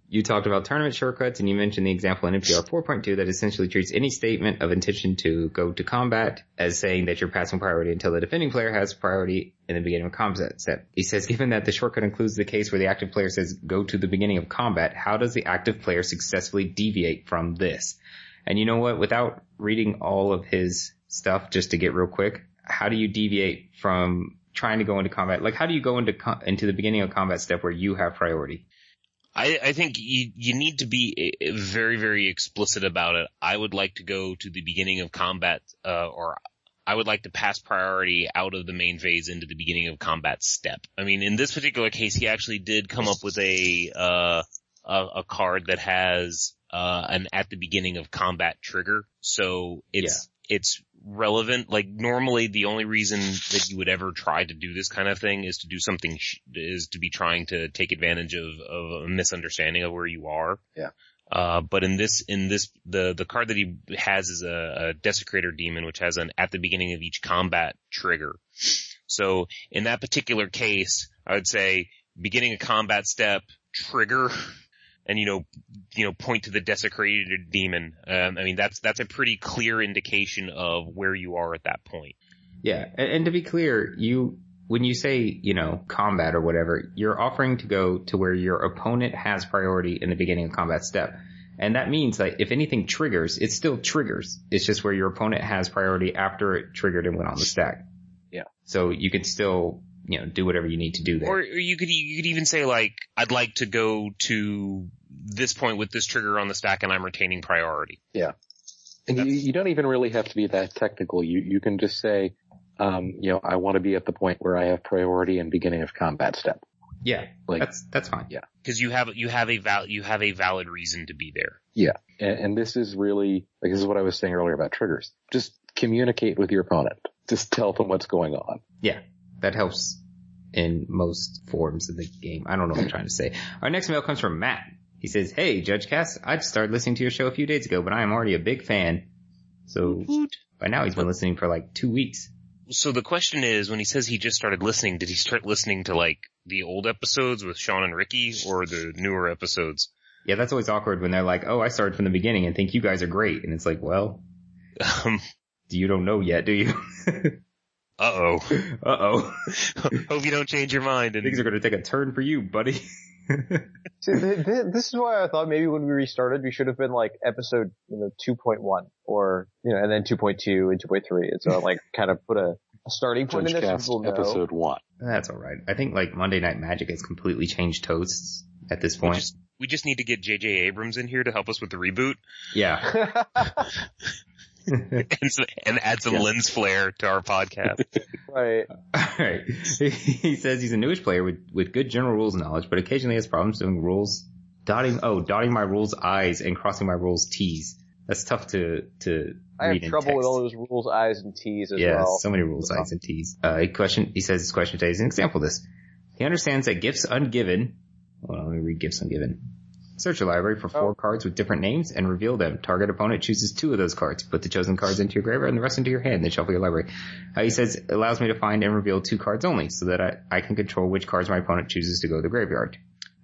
A: you talked about tournament shortcuts and you mentioned the example in NPR 4.2 that essentially treats any statement of intention to go to combat as saying that you're passing priority until the defending player has priority in the beginning of combat step. He says, given that the shortcut includes the case where the active player says go to the beginning of combat, how does the active player successfully deviate from this? And you know what? Without reading all of his stuff, just to get real quick, how do you deviate from trying to go into combat? Like, how do you go into co- into the beginning of combat step where you have priority?
C: I, I think you, you need to be eh, eh, very, very explicit about it. I would like to go to the beginning of combat, uh, or I would like to pass priority out of the main phase into the beginning of combat step. I mean, in this particular case, he actually did come up with a, uh, a, a card that has, uh, an at the beginning of combat trigger. So it's, it's relevant. Like normally the only reason that you would ever try to do this kind of thing is to do something, sh- is to be trying to take advantage of, of a misunderstanding of where you are.
D: Yeah.
C: Uh, but in this, in this, the, the card that he has is a, a desecrator demon, which has an at the beginning of each combat trigger. So in that particular case, I would say beginning a combat step trigger and you know, you know, point to the desecrated demon. Um, I mean, that's, that's a pretty clear indication of where you are at that point.
A: Yeah, and, and to be clear, you when you say you know combat or whatever, you're offering to go to where your opponent has priority in the beginning of combat step, and that means like if anything triggers, it still triggers. It's just where your opponent has priority after it triggered and went on the stack.
D: Yeah.
A: So you can still you know do whatever you need to do there.
C: Or, or you could, you could even say like, I'd like to go to this point with this trigger on the stack and I'm retaining priority.
D: And you, you don't even really have to be that technical. You, you can just say, um, you know, I want to be at the point where I have priority and beginning of combat step.
A: yeah,
D: Like-
A: that's that's fine.
C: Cause you have, you have a val, you have a valid reason to be there.
D: and, and this is really like this is what I was saying earlier about triggers. Just communicate with your opponent. Just tell them what's going on.
A: that helps in most forms of the game. I don't know what I'm trying to say. Our next mail comes from Matt. He says, Hey, Judge Cass, I'd started listening to your show a few days ago, but I am already a big fan. So by now he's been listening for like two weeks.
C: So the question is, when he says he just started listening, did he start listening to like the old episodes with Sean and Ricky or the newer episodes?
A: Yeah, that's always awkward when they're like, Oh, I started from the beginning and think you guys are great. And it's like, well,
C: Um,
A: you don't know yet, do you?
C: uh oh.
A: uh oh.
C: Hope you don't change your mind. And
A: Things are going to take a turn for you, buddy.
B: See, th- th- this is why I thought maybe when we restarted, we should have been like episode you know 2.1 or you know, and then 2.2 and 2.3, and so like kind of put a, a starting point
D: Judge
B: in this.
D: Cast
B: People know.
D: episode one.
A: that's all right. I think like Monday Night Magic has completely changed toasts at this
C: we
A: point.
C: just we just need to get J.J. Abrams in here to help us with the reboot
A: yeah.
C: and s- and add some
D: Yeah.
C: lens flare to our podcast.
B: right.
D: Uh,
A: Alright. He says he's a newish player with, with good general rules knowledge, but occasionally has problems doing rules, dotting, oh, dotting my rules I's and crossing my rules T's. That's tough to, to
B: I have
A: read in
B: trouble with
A: text.
B: all those rules, I's and T's as
A: yeah,
B: well.
A: so many rules, I's and T's. Uh, he question, he says his question today is an example of this. He understands that gifts ungiven, well, let me read gifts ungiven. Search your library for four
B: Oh.
A: cards with different names and reveal them. Target opponent chooses two of those cards. Put the chosen cards into your graveyard and the rest into your hand, then shuffle your library. Uh, he says, allows me to find and reveal two cards only, so that I, I can control which cards my opponent chooses to go to the graveyard.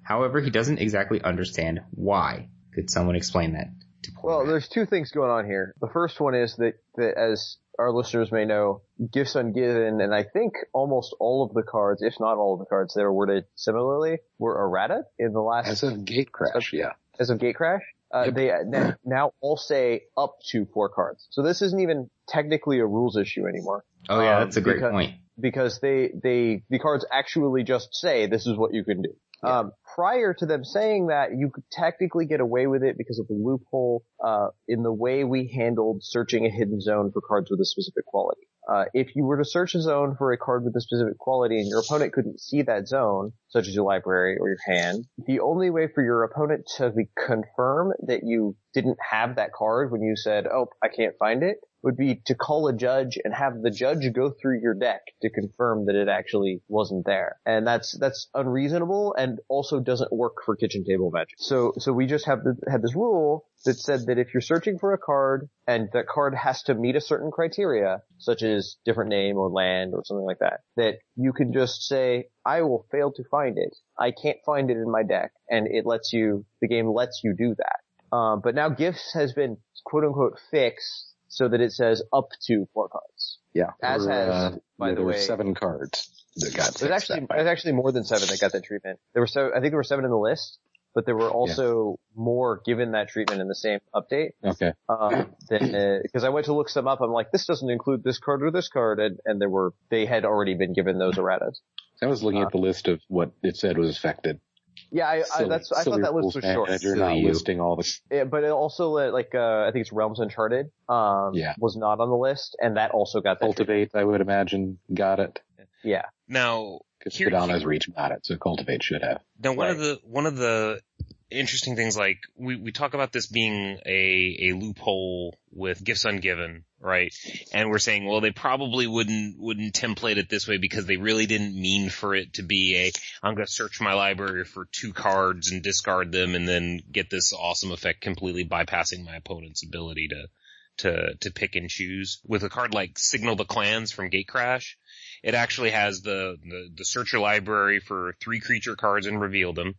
A: However, he doesn't exactly understand why. Could someone explain that to poor
B: Well,
A: Matt?
B: there's two things going on here. The first one is that, that as our listeners may know, Gifts Ungiven, and I think almost all of the cards, if not all of the cards that were worded similarly, were errata in the last,
D: As of Gate Crash, yeah.
B: as of Gate Crash. Uh,
D: Yep.
B: They uh, now, now all say up to four cards. So this isn't even technically a rules issue anymore
A: Oh yeah,
B: um,
A: that's a great
B: because-
A: point.
B: because they they the cards actually just say this is what you can do. Um, prior to them saying that, you could technically get away with it because of the loophole uh, in the way we handled searching a hidden zone for cards with a specific quality. Uh, if you were to search a zone for a card with a specific quality and your opponent couldn't see that zone, such as your library or your hand, the only way for your opponent to be- confirm that you didn't have that card when you said, oh, I can't find it, would be to call a judge and have the judge go through your deck to confirm that it actually wasn't there. And that's, that's unreasonable and also doesn't work for kitchen table magic. So, so we just have the, had this rule that said that if you're searching for a card and that card has to meet a certain criteria, such as different name or land or something like that, that you can just say, I will fail to find it. I can't find it in my deck. And it lets you, the game lets you do that. Um, but now gifts has been quote unquote fixed so that it says up to four cards.
D: Yeah.
B: As
D: There were,
B: has,
D: uh,
B: by
D: yeah,
B: the
D: there were
B: way-
D: seven cards that got
B: There's
D: fixed
B: actually
D: that way.
B: there's actually more than seven that got that treatment. There were so I think there were seven in the list, but there were also more given that treatment in the same update.
D: Okay.
B: Um, because I went to look some up, I'm like this doesn't include this card or this card, and and there were they had already been given those erratas.
D: I was looking
B: Uh,
D: at the list of what it said was affected.
B: Yeah, I, I
D: Silly-
B: that's I
D: silly
B: thought that list
D: rules,
B: was
D: man,
B: short.
D: and You're
A: Silly
D: not
A: you.
D: listing all the
B: Yeah, but it also uh, like uh I think it's Realms Uncharted um
D: Yeah.
B: was not on the list, and that also got that treatment.
D: cultivate. I would imagine got it
B: Yeah.
C: Now,
D: because
C: Here-
D: Kadana's reach got it, so cultivate should have.
C: Now, one of
B: Right.
C: the one of the interesting things, like we we talk about this being a a loophole with gifts ungiven, right? And we're saying, well, they probably wouldn't wouldn't template it this way because they really didn't mean for it to be a I'm going to search my library for two cards and discard them and then get this awesome effect completely bypassing my opponent's ability to to to pick and choose. With a card like Signal the Clans from Gate Crash, it actually has the, the, the search your library for three creature cards and reveal them.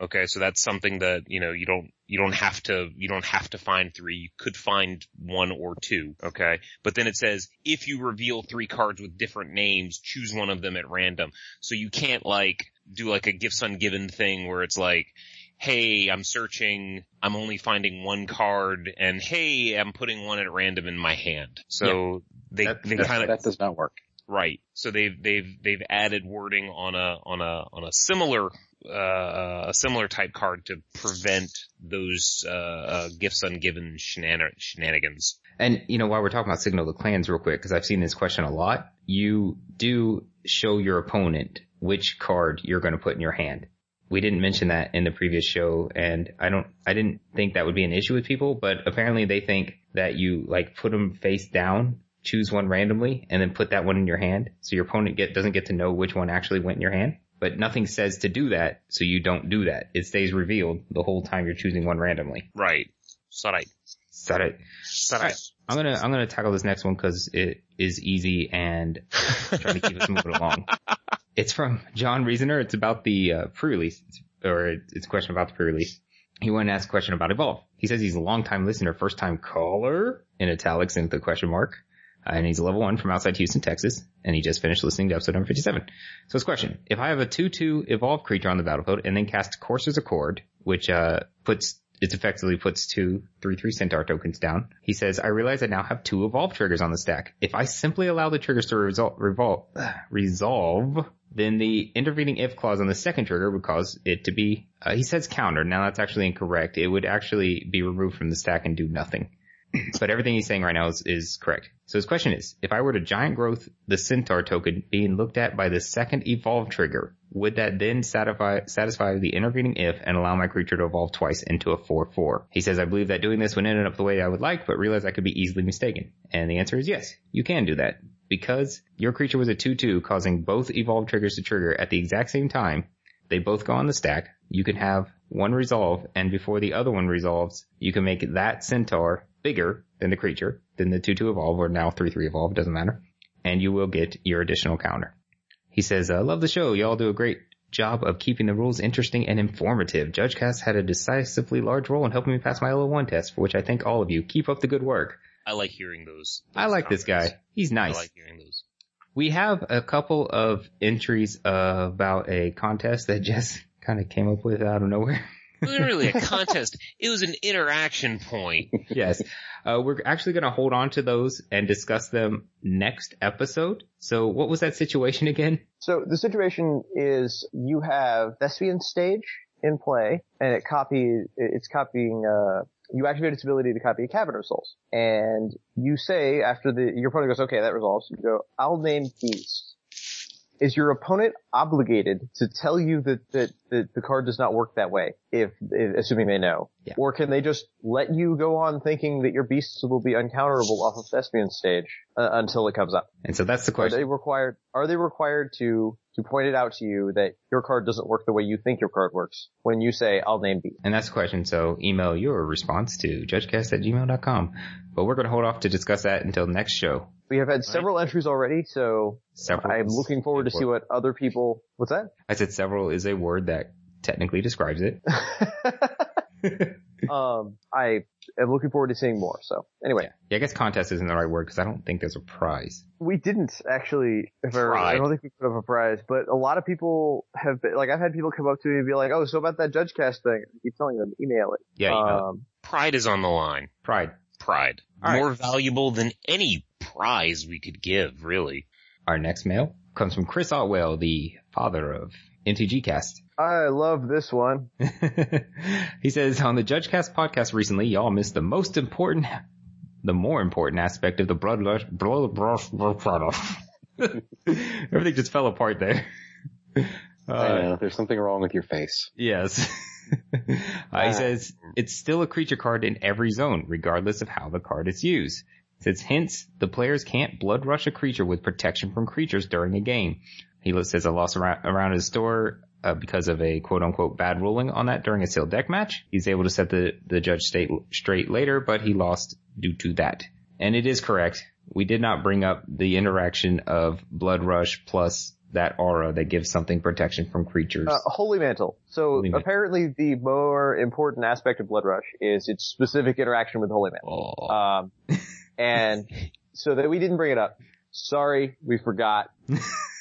C: Okay, so that's something that, you know, you don't, you don't have to, you don't have to find three. You could find one or two. Okay. But then it says, if you reveal three cards with different names, choose one of them at random. So you can't like do like a gifts ungiven thing where it's like, Hey, I'm searching. I'm only finding one card and hey, I'm putting one at random in my hand. So they,
A: That-
C: they
A: that-
C: kind of,
D: That does not work.
C: Right. So they've they've they've added wording on a on a on a similar uh, a similar type card to prevent those uh, uh, gifts ungiven shenan- shenanigans.
A: And you know, while we're talking about Signal the Clans real quick, because I've seen this question a lot, you do show your opponent which card you're going to put in your hand. We didn't mention that in the previous show, and I don't, I didn't think that would be an issue with people, but apparently they think that you like put them face down, choose one randomly, and then put that one in your hand, so your opponent get doesn't get to know which one actually went in your hand. But nothing says to do that, so you don't do that. It stays revealed the whole time you're choosing one randomly.
C: Right. Sarai.
A: So that-
C: Sarai.
A: I'm gonna I'm gonna tackle this next one because it is easy and try to keep us moving along. It's from John Reasoner. It's about the uh, pre-release, It's- or it- it's a question about the pre-release. He wanted to ask a question about Evolve. He says he's a long-time listener, first-time caller in italics and the question mark, Uh, and he's a level one from outside Houston, Texas, and he just finished listening to episode number 57. So his question: If I have a two-two Evolve creature on the battlefield and then cast Courser's Accord, which uh puts it effectively puts two 3-3 Centaur tokens down. He says, I realize I now have two Evolve triggers on the stack. If I simply allow the triggers to resol- revol- resolve, then the intervening if clause on the second trigger would cause it to be, uh, he says counter. Now that's actually incorrect. It would actually be removed from the stack and do nothing. but everything he's saying right now is, is correct. So his question is, if I were to giant growth the Centaur token being looked at by the second Evolve trigger, Would that then satisfy, satisfy the intervening if and allow my creature to evolve twice into a 4-4? He says, I believe that doing this would end up the way I would like, but realize I could be easily mistaken. And the answer is yes, you can do that. Because your creature was a 2-2 causing both evolved triggers to trigger at the exact same time, they both go on the stack. You can have one resolve, and before the other one resolves, you can make that centaur bigger than the creature, then the 2-2 evolve, or now 3-3 evolve, doesn't matter, and you will get your additional counter. He says, uh, love the show, y'all do a great job of keeping the rules interesting and informative. Judge Cass had a decisively large role in helping me pass my LO1 test, for which I thank all of you. Keep up the good work.
C: I like hearing those.
A: I
C: those
A: like this
C: comments.
A: guy. He's
C: I
A: nice.
C: like hearing those.
A: We have a couple of entries uh, about a contest that Jess kind of came up with out of nowhere.
C: It wasn't really a contest. It was an interaction point.
A: yes. Uh, we're actually going to hold on to those and discuss them next episode. So what was that situation again?
B: So the situation is you have Thespian Stage in play, and it copies, it's copying, uh, you activate its ability to copy a Cavern of Souls. And you say, after the, your opponent goes, okay, that resolves, you go, I'll name Beast. Is your opponent obligated to tell you that, that, that the card does not work that way, if, if assuming they know?
A: Yeah.
B: Or can they just let you go on thinking that your beasts will be uncounterable off of Thespian Stage uh, until it comes up?
A: And so that's the
B: Are
A: question.
B: they required? Are they required to to point it out to you that your card doesn't work the way you think your card works when you say I'll name B?
A: And that's the question. So email your response to judgecast at gmail.com. But we're going to hold off to discuss that until next show.
B: We have had several entries already, so
A: Several.
B: I'm looking forward to see what other people. What's that?
A: I said several is a word that technically describes it.
B: um, I am looking forward to seeing more. So anyway,
A: Yeah, I guess contest isn't the right word because I don't think there's a prize.
B: we didn't actually. If I, remember- I
C: Tried.
B: don't think we put up a prize, but a lot of people have been like I've had people come up to me and be like, oh, so about that judge cast thing? I keep telling them email it.
A: Yeah, email it.
B: um,
C: Pride is on the line.
A: pride.
C: Pride.
A: All right.
C: More valuable than any prize we could give, really.
A: Our next mail comes from Chris Otwell, the father of NTG Cast.
B: I love this one.
A: he says on the JudgeCast podcast recently, y'all missed the most important, the more important aspect of the blood rush. Blood rush, blood rush. Everything just fell apart there.
D: I
A: Uh,
D: know, there's something wrong with your face.
A: Yes. uh, he says it's still a creature card in every zone, regardless of how the card is used. Says hence the players can't blood rush a creature with protection from creatures during a game. He lo- says a loss around, around his store uh, because of a quote unquote bad ruling on that during a sealed deck match. He's able to set the the judge state straight later, but he lost due to that. And it is correct. We did not bring up the interaction of blood rush plus that aura that gives something protection from creatures.
B: Uh, Holy Mantle. So
A: Holy Mantle.
B: apparently the more important aspect of Blood Rush is its specific interaction with Holy Mantle.
A: Oh.
B: Um, and so that we didn't bring it up. Sorry, we forgot.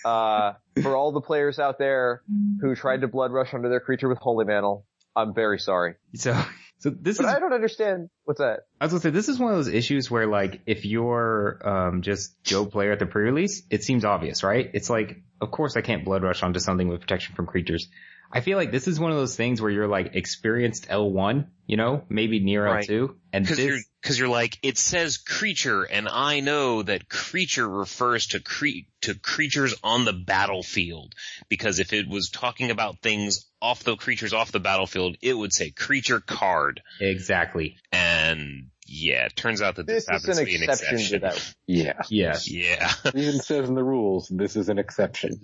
B: Uh, for all the players out there who tried to Blood Rush under their creature with Holy Mantle, I'm very sorry.
A: So, so this
B: But
A: is,
B: I don't understand what's that.
A: I was gonna say, this is one of those issues where like, if you're, um, just Joe player at the pre-release, it seems obvious, right? It's like, of course I can't blood rush onto something with protection from creatures. I feel like this is one of those things where you're like experienced L1, you know, maybe near
C: Right.
A: L2, and
C: Cause you're,
A: this,
C: cause you're like, it says creature and I know that creature refers to cre- to creatures on the battlefield. Because if it was talking about things off the creatures off the battlefield, it would say creature card.
A: exactly.
C: And yeah, it turns out that this,
B: This is
C: happens
B: an
C: to be an
B: exception to
C: exception.
B: that.
D: Yeah.
A: Yeah.
C: Yeah.
D: It even says in the rules, this is an exception.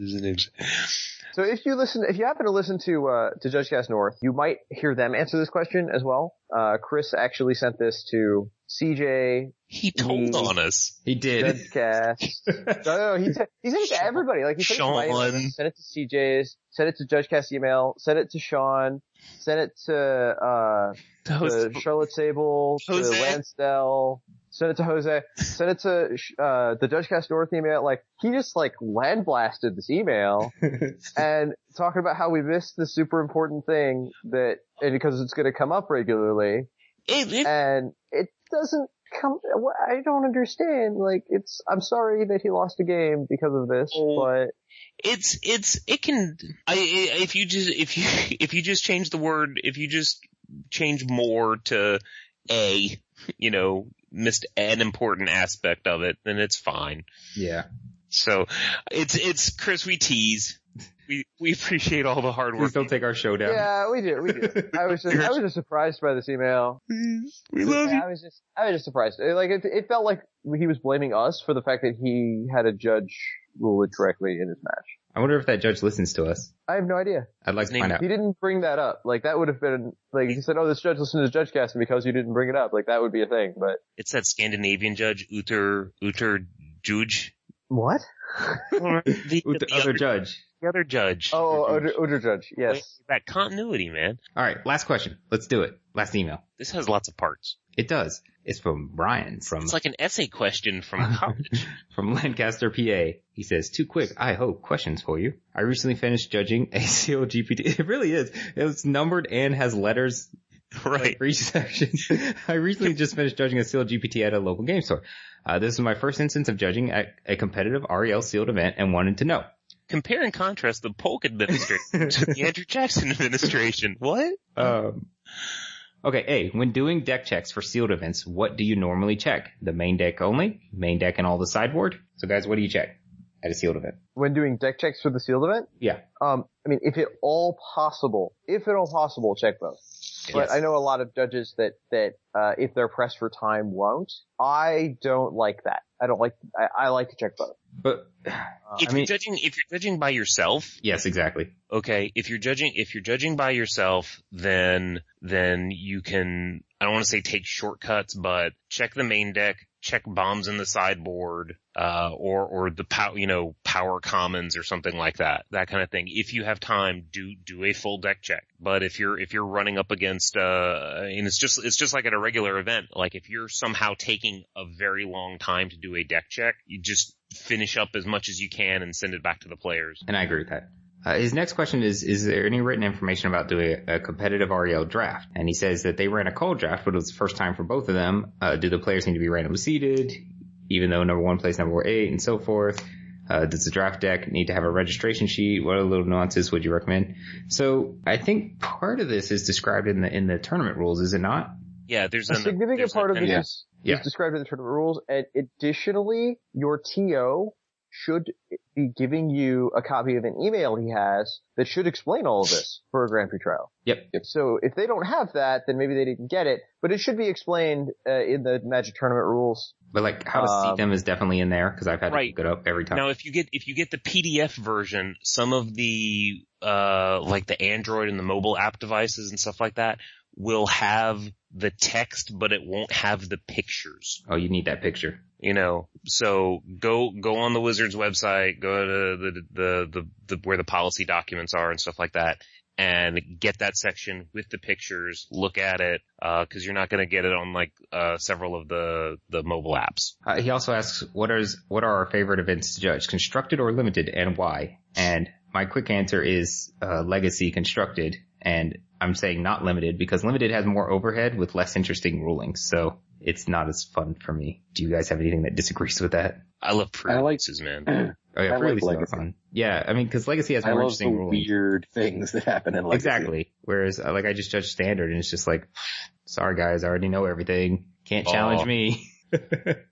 B: So if you listen, if you happen to listen to uh, to Judge Cast North, you might hear them answer this question as well. Uh, Chris actually sent this to CJ
C: He told
B: Mm.
C: on us.
A: He did.
B: Judge Cast. No, no, he, said he sent it to everybody. Like he sent it to my
C: Sean.
B: email, sent it to CJ's, sent it to Judge Cast email, sent it to Sean, sent it to uh
C: That was
B: to Charlotte Sable, to
C: Jose.
B: Lansdell, sent it to Jose, sent it to uh the Judge Cast North email. Like he just like land blasted this email and talking about how we missed the super important thing that and because it's going to come up regularly
C: it, it
B: and it doesn't come. what- I don't understand. Like, it's. I'm sorry that he lost a game because of this,
C: Oh.
B: but
C: it's it's it can I, I if you just if you if you just change the word if you just change more to a you know missed an important aspect of it then it's fine
A: Yeah.
C: so it's it's chris we tease We we appreciate all the hard
A: Please
C: work.
A: don't take our show down.
B: Yeah, we do. We do. I was just, I was just surprised by this email.
C: We love
B: Yeah, I was just, I was just surprised. It, like, it, it felt like he was blaming us for the fact that he had a judge rule it correctly in his match.
A: I wonder if that judge listens to us.
B: I have no idea.
A: I'd like to
C: Name-
A: find out.
B: He didn't bring that up. Like, that would have been, like, he said, oh, this judge listened to the judge cast and because you didn't bring it up. Like, that would be a thing, but.
C: It's that Scandinavian judge Uter Uter Juge.
B: What?
C: the,
A: With the other judge.
C: the other judge.
B: Oh, Oder, Oder Judge, yes.
C: That continuity, man.
A: All right, last question. Let's do it. Last email.
C: This has lots of parts.
A: It does. It's from Brian from
C: It's like an essay question from college.
A: from Lancaster, PA. He says, too quick, I hope, questions for you. I recently finished judging ACL GPT. It really is. It's numbered and has letters
C: right.
A: for each section. I recently just finished judging a sealed GPT at a local game store. Uh, this is my first instance of judging at a competitive REL sealed event and wanted to know.
C: Compare and contrast the Polk administration to the Andrew Jackson administration. What?
A: Um, okay, A, when doing deck checks for sealed events, what do you normally check? The main deck only? Main deck and all the sideboard? So guys, what do you check at a sealed event?
B: When doing deck checks for the sealed event,
A: Yeah.
B: um, I mean, if at all possible, if at all possible, check both. But
A: Yes.
B: I know a lot of judges that that uh, if they're pressed for time, won't. I don't like that. I don't like. I, I like to check both.
A: But,
C: If
A: I mean-
C: you're judging, if you're judging by yourself,
A: yes, exactly.
C: okay, if you're judging, if you're judging by yourself, then, then you can, I don't want to say take shortcuts, but check the main deck, check bombs in the sideboard, uh, or, or the pow, you know, power commons or something like that, that kind of thing. If you have time, do, do a full deck check. But if you're, if you're running up against, uh, and it's just, it's just like at a regular event, like if you're somehow taking a very long time to do a deck check, you just finish up as much as you can and send it back to the players.
A: And I agree with that. Uh, his next question is, is there any written information about doing a competitive REL draft? And he says that they ran a cold draft, but it was the first time for both of them. Uh, do the players need to be randomly seeded, even though number one plays number eight and so forth? Uh, does the draft deck need to have a registration sheet? What other little nuances would you recommend? So I think part of this is described in the, in the tournament rules, is it not?
C: Yeah, there's
B: A
C: an-
B: significant
C: there's
B: part of
C: an-
B: this
D: Yeah.
B: is,
A: Yeah.
B: is described in the tournament rules, and additionally, your TO should be giving you a copy of an email he has that should explain all of this for a Grand Prix trial.
A: Yep.
B: So if they don't have that, then maybe they didn't get it, but it should be explained uh, in the Magic tournament rules.
A: But like how to seed
B: Um,
A: them is definitely in there because I've had
C: Right.
A: to look it up every time.
C: Now, if you get if you get the PDF version, some of the uh like the Android and the mobile app devices and stuff like that will have the text, but it won't have the pictures.
A: Oh, you need that picture.
C: You know, so go go on the Wizards website, go to the the the, the, where the policy documents are and stuff like that. And get that section with the pictures. Look at it, because you're not going to get it on like uh, several of the the mobile apps.
A: Uh, he also asks, what are, what are our favorite events to judge, constructed or limited, and why? And my quick answer is uh, legacy constructed, and I'm saying not limited because limited has more overhead with less interesting rulings, so it's not as fun for me. Do you guys have anything that disagrees with that?
C: I love
D: I like-
C: pre-releases, man.
A: Oh yeah,
D: I like
A: Freely's not
D: Legacy.
A: fun. Yeah, I mean, because legacy has
D: I
A: more
D: love the
A: interesting rulings.
D: weird things that happen in Legacy.
A: Exactly. Whereas, uh, like, I just judge standard, and it's just like, sorry guys, I already know everything. Can't challenge
C: Oh.
A: me.
D: Yeah,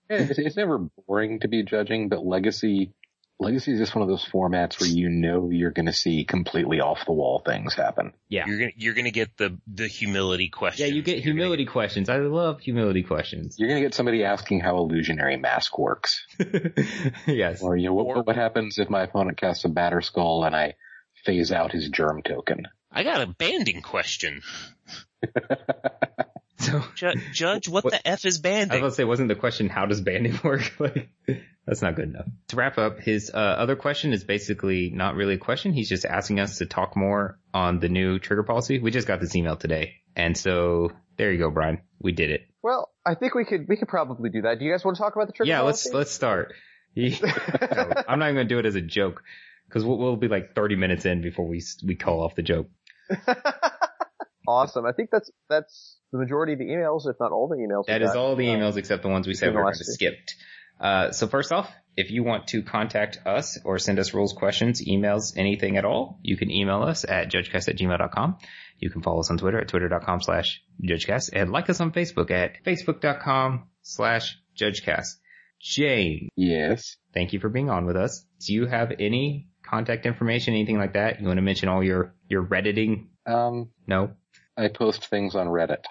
D: It's, it's never boring to be judging, but Legacy, Legacy is just one of those formats where you know you're going to see completely off the wall things happen.
A: Yeah.
C: You're gonna you're gonna get the the humility question.
A: yeah, you get
C: You're gonna
A: humility questions. I love humility questions.
D: You're going to get somebody asking how illusionary mask works,
A: yes.
D: or you know
C: Or-
D: what, what happens if my opponent casts a batter skull and I phase out his germ token.
C: I got a banding question.
A: So
C: Ju- judge, what,
A: What-
C: the f is
A: I was
C: banding?
A: gonna say, wasn't the question how does banding work? like that's not good enough. To wrap up, his uh, other question is basically not really a question. He's just asking us to talk more on the new trigger policy. We just got this email today, and so there you go, Brian. We did it.
B: Well, I think we could we could probably do that. Do you guys want to talk about the trigger?
A: yeah, let's
B: policy?
A: let's start. He- No, I'm not even gonna do it as a joke because we'll, we'll be like 30 minutes in before we s- we call off the joke.
B: awesome. I think that's that's the majority of the emails, if not all the emails.
A: That
B: we
A: is
B: got.
A: all the
B: Uh,
A: emails except the ones we said we
B: the
A: were going
B: last
A: to
B: two.
A: skip. Uh, so first off, if you want to contact us or send us rules, questions, emails, anything at all, you can email us at judgecast at gmail.com. You can follow us on Twitter at twitter.com slash judgecast and like us on Facebook at facebook.com slash judgecast. Jane,
D: Yes.
A: thank you for being on with us. Do you have any contact information, anything like that? You want to mention all your, your redditing?
D: Um,
A: No.
D: I post things on Reddit.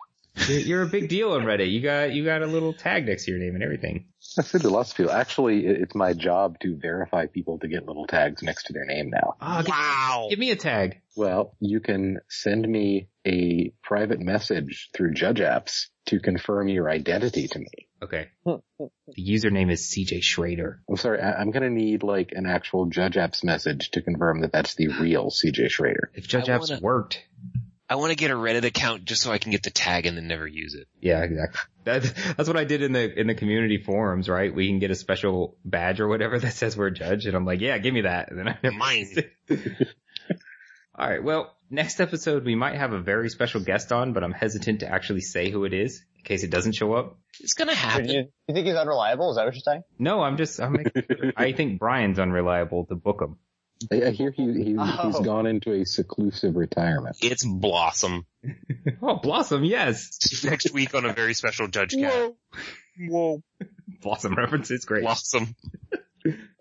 A: You're, you're a big deal on Reddit. You got, you got a little tag next to your name and everything.
D: I said to lots of people. Actually, it- it's my job to verify people to get little tags next to their name now.
C: Ah,
A: Oh, give,
C: Wow.
A: give me a tag.
D: Well, you can send me a private message through Judge Apps to confirm your identity to me.
A: Okay. The username is CJ Schrader.
D: I'm sorry, I- I'm gonna need like an actual Judge Apps message to confirm that that's the real CJ Schrader.
A: If Judge
C: I
A: Apps
C: wanna-
A: worked.
C: I want to get a Reddit account just so I can get the tag and then never use it.
A: Yeah, exactly. That, that's what I did in the in the community forums, right? We can get a special badge or whatever that says we're a judge, and I'm like, yeah, give me that. And then I never
C: Mine.
A: All right. Well, next episode we might have a very special guest on, but I'm hesitant to actually say who it is in case it doesn't show up.
C: It's gonna
B: Wait,
C: happen.
B: You, you think he's unreliable? Is that what you're saying?
A: No, I'm just I'm making, I think Brian's unreliable to book him.
D: I, I hear he, he he's
B: Oh.
D: gone into a seclusive retirement.
C: It's Blossom.
A: Oh, Blossom, yes,
C: Next week on a very special Judge Cat. Whoa.
A: Blossom reference is great.
C: Blossom.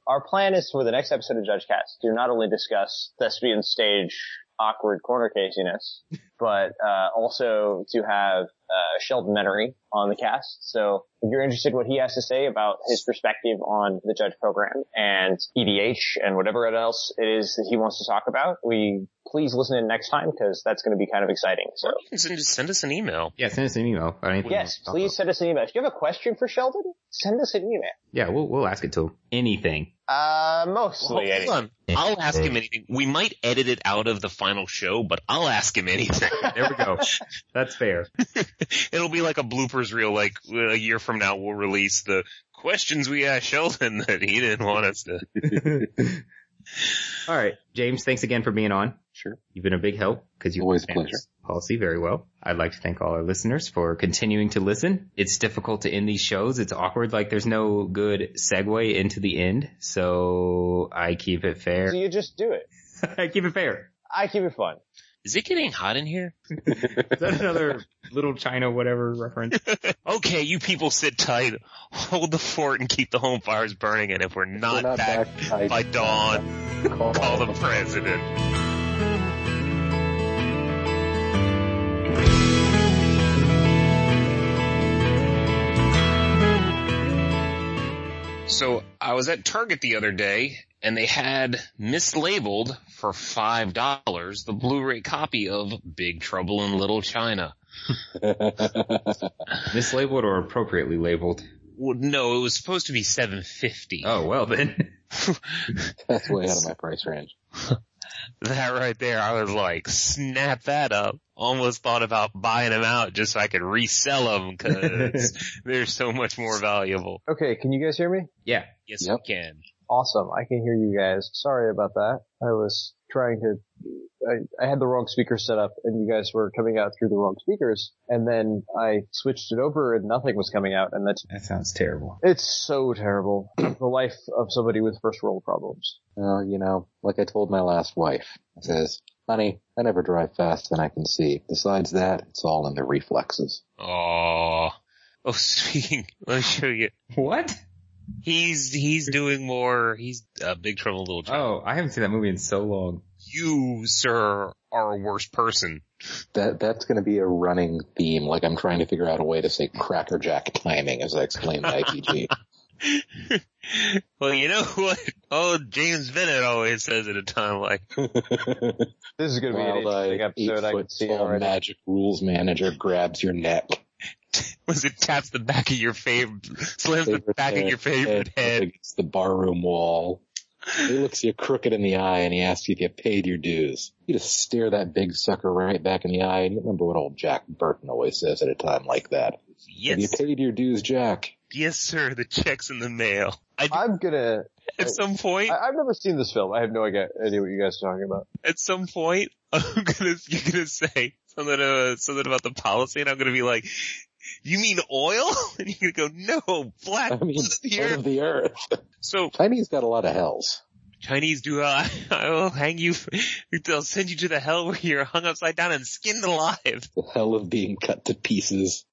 B: Our plan is for the next episode of Judge Cast to not only discuss thespian stage awkward corner casiness, but uh, also to have uh, Sheldon Menery on the cast. So if you're interested in what he has to say about his perspective on the Judge program and EDH and whatever else it is that he wants to talk about, we please listen in next time because that's going to be kind of exciting. So.
C: You can send- just send us an email.
A: Yeah, send us an email. or anything
B: Yes,
A: else.
B: please send us an email. If you have a question for Sheldon, send us an email.
A: Yeah, we'll we'll ask it to him. Anything.
B: Uh,
C: Well,
B: mostly.
C: hold
B: anyway.
C: on. I'll ask him anything. We might edit it out of the final show, but I'll ask him anything.
A: There we go. That's fair.
C: It'll be like a bloopers reel, like a year from now we'll release the questions we asked Sheldon that he didn't want us to.
A: All right, James. Thanks again for being on.
D: Sure.
A: You've been a big help because you
D: Always a
A: understand
D: pleasure.
A: this policy very well. I'd like to thank all our listeners for continuing to listen. It's difficult to end these shows. It's awkward. Like there's no good segue into the end. So I keep it
B: So
A: fair.
B: you just do it.
A: I keep it fair.
B: I keep it fun.
C: Is it getting hot in here?
A: Is that another little China whatever reference?
C: Okay, you people sit tight, hold the fort, and keep the home fires burning. And if we're not,
D: We're not
C: back,
D: back
C: by dawn,
D: Call,
C: call the president. So I was at Target the other day and they had mislabeled for five dollars the Blu-ray copy of Big Trouble in Little China.
A: Mislabeled or appropriately labeled?
C: Well, no, it was supposed to be seven fifty.
A: Oh well then.
D: That's way out of my price range.
C: That right there, I was like, snap that up. Almost thought about buying them out just so I could resell them because they're so much more valuable.
B: Okay, can you guys hear me?
A: Yeah.
C: Yes,
D: Yep.
C: we can.
B: Awesome. I can hear you guys. Sorry about that. I was trying to, I, I had the wrong speaker set up and you guys were coming out through the wrong speakers and then I switched it over and nothing was coming out and that's,
A: That sounds terrible.
B: it's so terrible. the life of somebody with first world problems.
D: Well, Uh, you know, like I told my last wife, I says, honey, I never drive fast than I can see. Besides that, it's all in the reflexes.
C: Oh, oh, speaking, let me show you.
A: What?
C: He's, he's doing more. He's uh, big trouble, in little China.
A: Oh, I haven't seen that movie in so long.
C: You, sir, are a worse person.
D: That, that's gonna be a running theme. Like I'm trying to figure out a way to say crackerjack timing as I explain the IPG.
C: well, you know what? Oh, James Bennett always says at a time like,
B: This is going to be an
D: Wild-eyed,
B: interesting episode. I can see it
D: eight-foot-tall
B: already.
D: magic rules manager grabs your neck.
C: was it taps the back of your favorite, slams the
D: Favorite
C: back of
D: head-
C: your favorite
D: up
C: head.
D: against the barroom wall. He looks you crooked in the eye and he asks you if you paid your dues. You just stare that big sucker right back in the eye and you remember what old Jack Burton always says at a time like that. Have you
C: Yes,
D: paid your dues, Jack?
C: yes, sir. The check's in the mail. I did-
B: I'm gonna,
C: at
D: Oh,
C: some point,
B: I, I've never seen this film. I have no idea, idea what you guys are talking about.
C: at some point, I'm gonna you're gonna say something uh, something about the policy, and I'm gonna be like, "You mean oil?" And you're gonna go, "No, black."
D: I mean,
C: blood of the
D: blood
C: earth."
D: of the earth.
C: So
D: Chinese got a lot of hells.
C: Chinese do. Uh, I will hang you. They'll send you to the hell where you're hung upside down and skinned alive.
D: The hell of being cut to pieces.